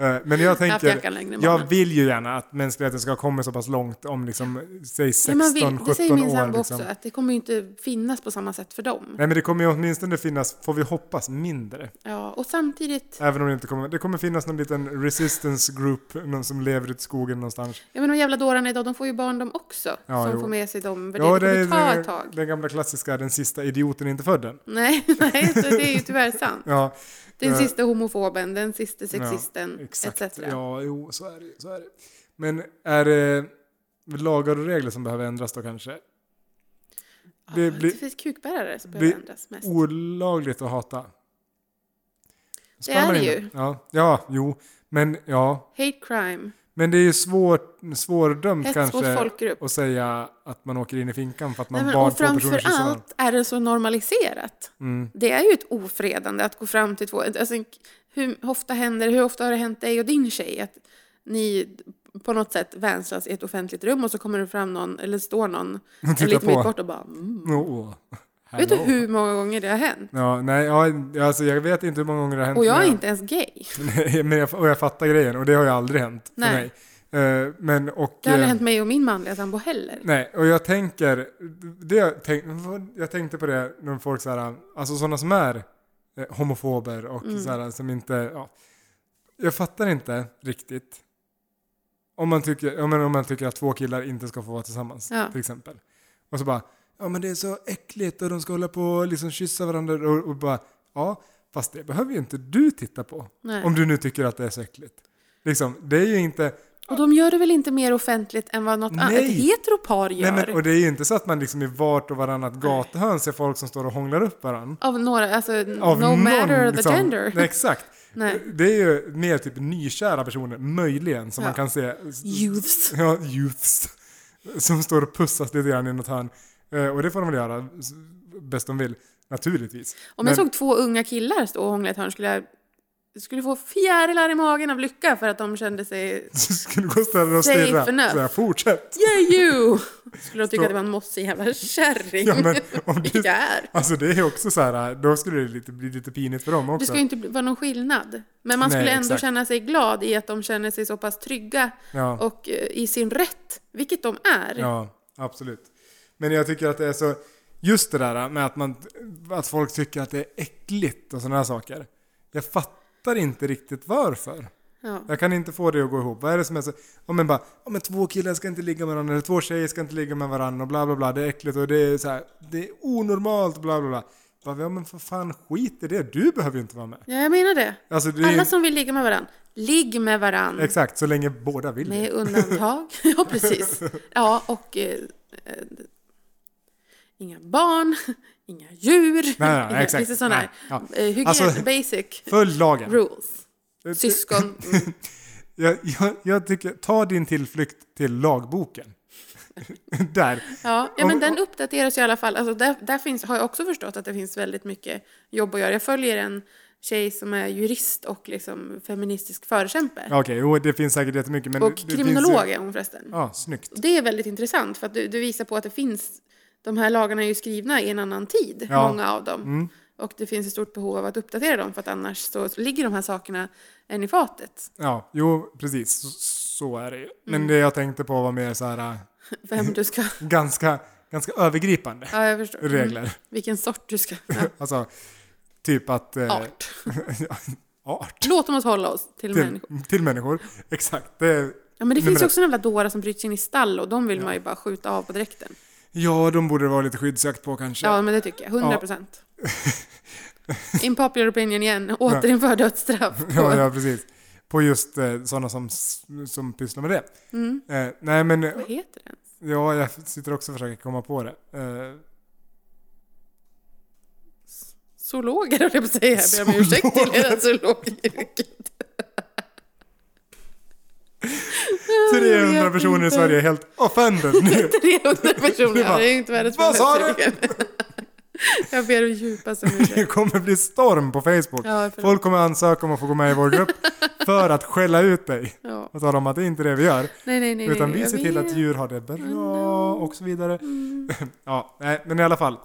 B: Eh, Men jag
A: Jag har haft
B: tänker,
A: jackan längre än
B: jag
A: barnen.
B: vill ju gärna att mänskligheten ska komma så pass långt om liksom, säg
A: Ja, man vill,
B: 16,
A: det säger
B: 17
A: min
B: år.
A: sambo också,
B: Liksom.
A: att det kommer ju inte finnas på samma sätt för dem.
B: Nej men det kommer ju åtminstone finnas, får vi hoppas, mindre.
A: Ja, och samtidigt,
B: Även om det inte kommer, det kommer finnas någon liten resistance group, någon som lever ute i skogen någonstans.
A: jag menar de jävla dårarna idag, de får ju barn de också.
B: Ja,
A: som
B: jo.
A: får med sig de värderingarna. Det kommer ta ett
B: den,
A: tag.
B: den gamla klassiska, den sista idioten är inte född än.
A: Nej, nej, så det är ju tyvärr sant.
B: Ja,
A: Den
B: eh,
A: sista homofoben, den sista
B: ja,
A: sexisten,
B: exakt.
A: etc.
B: Ja, jo, så är det så är det. Men är det lagar och regler som behöver ändras då kanske?
A: Det,
B: Det blir
A: finns kukbärare som
B: blir-
A: behöver ändras mest.
B: olagligt att hata.
A: Det är
B: Spanar
A: det
B: in
A: ju.
B: Ja, ja, jo. Men, ja.
A: Hate crime.
B: Men det är ju svårt, svårdömt
A: Hets
B: kanske
A: mot folkgrupp.
B: att säga att man åker in i finkan för att man
A: Nej, men,
B: bad
A: och
B: två personer
A: framför
B: kyssa varandra. Mm.
A: allt är det så normaliserat. Det är ju ett ofredande att gå fram till två... Alltså, hur ofta händer det? Hur ofta har det hänt dig och din tjej att ni på något sätt vänslas i ett offentligt rum och så kommer det fram någon, eller står någon en
B: tittar
A: liten
B: på.
A: bit bort och bara mm.
B: No.
A: Vet du
B: Hello.
A: hur många gånger det har hänt?
B: Ja, nej, ja, alltså jag vet inte hur många gånger det har hänt.
A: Och jag är
B: men
A: inte ens gay.
B: Nej, men jag, och jag fattar grejen och det har ju aldrig hänt
A: Nej.
B: för mig. Eh, men och...
A: Det har aldrig
B: eh,
A: hänt mig och min manliga sambo heller.
B: Nej, och jag tänker, det jag, tänk, jag tänkte på det när folk så här, alltså sådana som är eh, homofober och
A: Mm.
B: så här, som inte, ja, jag fattar inte riktigt. Om man, tycker, ja, men om man tycker att två killar inte ska få vara tillsammans
A: Ja.
B: till exempel. Och så bara, ja men det är så äckligt och de ska hålla på och liksom kyssa varandra och, och bara, ja fast det behöver ju inte du titta på.
A: Nej.
B: Om du nu tycker att det är så äckligt. Liksom, det är ju inte,
A: Och de gör det väl inte mer offentligt än vad något annat,
B: Nej.
A: ett heteropar gör?
B: Nej, men, och det är ju inte så att man liksom i vart och varannat gathörn ser folk som står och hånglar upp varandra.
A: Av några, alltså no matter the gender.
B: liksom- Nej, exakt.
A: Nej.
B: Det är ju mer typ nykära personer, möjligen, som
A: Ja.
B: man kan se.
A: Youths.
B: Ja, youths. Som står och pussas lite grann i något hörn. Eh, Och det får de väl göra s- bäst de vill, naturligtvis.
A: Om jag såg två unga killar stå och hångla i ett hörn skulle jag skulle få fjärilar i magen av lycka för att de kände sig
B: så skulle gå och ställa dig och
A: Safe
B: stirra.
A: enough.
B: Så här, fortsätt.
A: Yeah you! Skulle de tycka
B: Så-
A: att det var en mossig jävla kärring.
B: Ja, men om du-
A: Vilka jag är.
B: Alltså det är också så här, då skulle det lite, bli lite pinigt för dem också.
A: Det ska ju inte bli- vara någon skillnad. Men man
B: Nej,
A: skulle ändå
B: exakt.
A: känna sig glad i att de känner sig så pass trygga
B: Ja.
A: och eh, i sin rätt, vilket de är.
B: Ja, absolut. Men jag tycker att det är så, just det där med att, man, att folk tycker att det är äckligt och sådana här saker. Jag fattar inte riktigt varför.
A: Ja.
B: Jag kan inte få det att gå ihop. Vad är det som är så, om man bara, om men två killar ska inte ligga med varandra, eller två tjejer ska inte ligga med varandra och bla bla bla, det är äckligt och det är så här, det är onormalt bla bla bla. Bara, ja men för fan skit i det, du behöver ju inte vara med.
A: ja, jag menar det.
B: Alltså, det är,
A: Alla som vill ligga med varandra, ligg med varandra.
B: Exakt, så länge båda vill det.
A: Med undantag. ja, precis. Ja, och eh, eh, inga barn, inga djur.
B: nej, nej,
A: inga,
B: exakt.
A: Lite sådana här
B: Nej, ja.
A: eh, hygien,
B: Alltså-
A: basic
B: Följ lagen.
A: rules. Syskon. Mm.
B: Jag, jag, jag tycker, ta din tillflykt till lagboken. Där.
A: Ja, ja,
B: Om-
A: men den uppdateras ju i alla fall. Alltså, där där finns, har jag också förstått att det finns väldigt mycket jobb att göra. Jag följer en tjej som är jurist och liksom feministisk förkämpe.
B: Okej, jo, det finns säkert jättemycket. Men
A: och
B: det- det
A: kriminolog
B: Finns ju,
A: är hon förresten.
B: ja, snyggt.
A: Och det är väldigt intressant för att du, du visar på att det finns, de här lagarna är ju skrivna i en annan tid,
B: Ja. Mm.
A: många av dem. Och det finns ett stort behov av att uppdatera dem för att annars så ligger de här sakerna än i fatet.
B: Ja, jo, precis. Så, så är det ju.
A: Mm.
B: Men det jag tänkte på var mer så här äh,
A: Vem du ska...
B: ganska, ganska övergripande
A: Ja, jag förstår. Mm.
B: regler.
A: Vilken sort du ska... Ja.
B: Alltså, typ att... eh,
A: Art.
B: art.
A: Låt oss hålla oss till
B: Till,
A: människor.
B: till människor. Exakt. Det,
A: Ja, men det
B: nummer
A: finns ju
B: ett.
A: också en jävla dårar som bryter sig in i stall och de vill man ju bara skjuta av på direkten.
B: Ja, de borde det vara lite skyddsjakt på kanske.
A: Ja, men det tycker jag. 100 procent. Impopular opinion igen. Återinför dödsstraff.
B: Ja, ja, precis. På just eh, sådana som, s- som pysslar med det.
A: Mm.
B: Eh, nej, men eh,
A: Vad heter den?
B: ja, jag sitter också och försöker komma på det. Eh,
A: Zoologer höll jag på att säga. Jag ber om ursäkt till era zoologyrket.
B: 300 personer i Sverige är helt offended nu.
A: 300 personer.
B: Du
A: Ja,
B: bara,
A: det är ju inte världens
B: "Vad sa
A: bästa regel." Jag ber om djupaste om
B: Det
A: ursäkt.
B: kommer bli storm på Facebook.
A: Ja, förlåt.
B: Folk kommer ansöka om att få gå med i vår grupp för att skälla ut dig.
A: Ja.
B: Och tala om att det är inte är det vi gör.
A: Nej, nej, nej.
B: Utan
A: nej,
B: vi
A: jag
B: ser till att
A: vet. Mm.
B: djur har det bra och så vidare. Ja, nej, men i alla fall.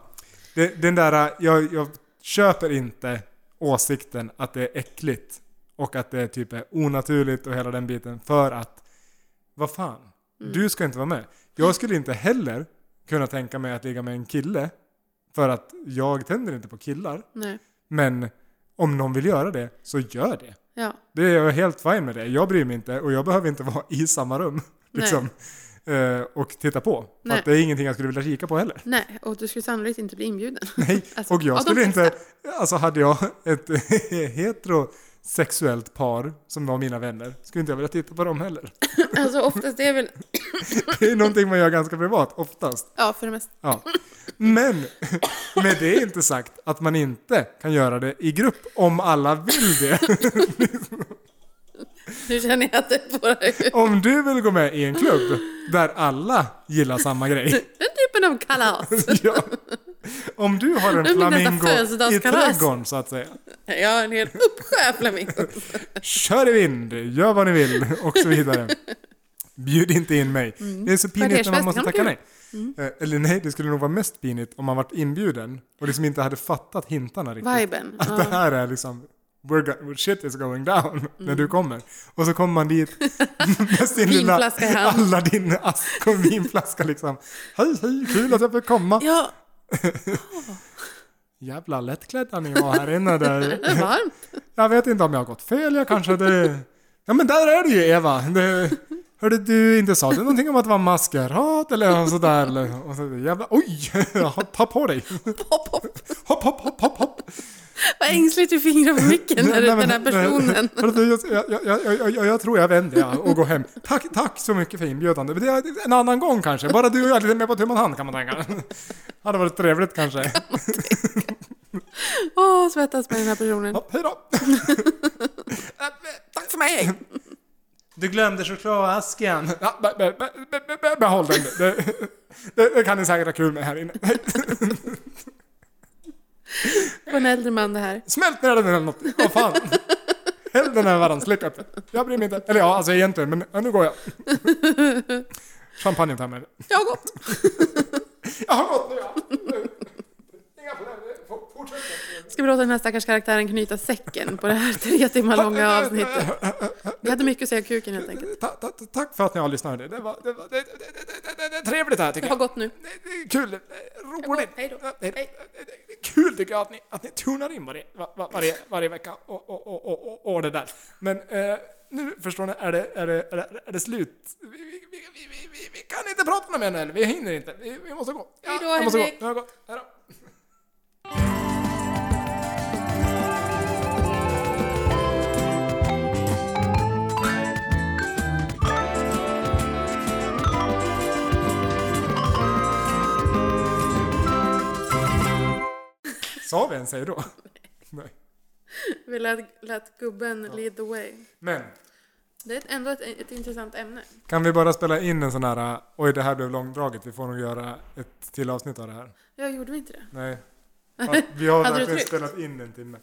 B: Det, den där, äh, jag, jag köper inte åsikten att det är äckligt och att det typ är onaturligt och hela den biten för att, vad fan, du ska inte vara med. Jag skulle inte heller kunna tänka mig att ligga med en kille för att jag tänder inte på killar.
A: Nej.
B: Men om någon vill göra det, så gör det.
A: Ja.
B: Det är jag helt fine med det. Jag bryr mig inte och jag behöver inte vara i samma rum. Liksom, eh, och titta på. För
A: Nej.
B: att det är ingenting jag skulle vilja kika på heller.
A: Nej, och du skulle sannolikt inte bli inbjuden.
B: Nej.
A: Alltså,
B: och jag
A: av de
B: skulle inte...
A: flesta.
B: Alltså hade jag ett heterosexuellt par som var mina vänner, skulle inte jag vilja titta på dem heller.
A: Alltså oftast är väl...
B: Det är någonting man gör ganska privat, oftast.
A: Ja, för det mesta.
B: Ja. Men med det är inte sagt att man inte kan göra det i grupp om alla vill det.
A: Nu känner jag att det bara är
B: Om du vill gå med i en klubb där alla gillar samma grej,
A: den typen av kalas.
B: ja. Om du har en
A: Det är mitt nästa
B: flamingo i
A: födelsedagskalas.
B: trädgården så att säga.
A: Jag har en hel uppsjö av flamingos.
B: Kör i vind, gör vad ni vill och så vidare. Bjud inte in mig.
A: Mm.
B: Det är så pinigt när man
A: Kvartersfest,
B: måste
A: kan
B: tacka
A: du?
B: nej.
A: Mm.
B: Eh, Eller nej, det skulle nog vara mest pinigt om man varit inbjuden och liksom inte hade fattat hintarna riktigt.
A: Viben.
B: Att det
A: Ja.
B: här är liksom We're go- shit is going down
A: Mm.
B: när du kommer. Och så kommer man dit med sin lilla
A: Vinflaska i hand.
B: alla din ask och vinflaska liksom. Hej, hej, kul att jag fick komma.
A: ja,
B: Jävla lättklädda ni var här inne. Där.
A: det är varmt.
B: Jag vet inte om jag har gått fel, jag kanske det... Ja men där är du ju Eva! Det... Hörde du, inte sa du någonting om att det var maskerad eller något sådär? Eller... Och så, jävla... Oj! Ta på dig!
A: Hopp, hopp.
B: Hopp, hopp, hopp, hopp, hopp!
A: Vad ängsligt du fingrar på micken när du,
B: Nej,
A: den
B: men-
A: här personen.
B: Hörru du, Jag, jag, jag, jag, jag, jag tror jag vänder ja, och går hem. Tack, tack så mycket för inbjudan. Men det- En annan gång kanske. Bara du och jag lite mer på tu man hand kan man tänka. Hade varit trevligt kanske.
A: Åh, svettas med den här personen.
B: Hopp, hej då! Tack för mig! Du glömde chokladasken. Ja, be, be, be, be, be, behåll den. Det, det, det kan ni säkert ha kul med här inne.
A: På en äldre man det här.
B: Smält ner den eller något. Vad fan. Häll den över varandra, släck upp den. Jag bryr mig inte. Eller ja, alltså egentligen, men ja, nu går jag. Champagne tar med.
A: Jag har gått.
B: Jag har gått nu ja. Inga problem. Fortsätt.
A: Ska vi låta den här stackars karaktären knyta säcken på det här tre timmar långa avsnittet? Vi hade mycket att säga om kuken helt enkelt.
B: Ta, ta, ta, tack för att ni har lyssnat. Det var, det var det, det, det, det, det, det, trevligt här tycker
A: Jag
B: jag.
A: har gått nu.
B: Det är Kul, roligt.
A: Hej då.
B: Det är- det är Kul tycker jag att ni, att ni tunar in varje, var- varje, varje vecka och, och, och, och, och, och det där. Men eh, nu förstår ni, är det, är det, är det, är det slut? Vi, vi, vi, vi, vi, vi, vi kan inte prata med henne heller, vi hinner inte. Vi, vi måste gå. Ja,
A: Hej då,
B: jag måste gå.
A: Henrik.
B: Nu har jag gått. Hej då. Sa vi ens hej då? Nej.
A: Vi lät, lät gubben lead the way.
B: Men,
A: Det är ett- ändå ett, ett intressant ämne.
B: kan vi bara spela in en sån här, äh, oj det här blev långdraget, vi får nog göra ett till avsnitt av det här.
A: Jag gjorde vi inte det?
B: Nej. Att Vi har
A: Hade du
B: verkligen
A: tryckt?
B: spelat in en timme.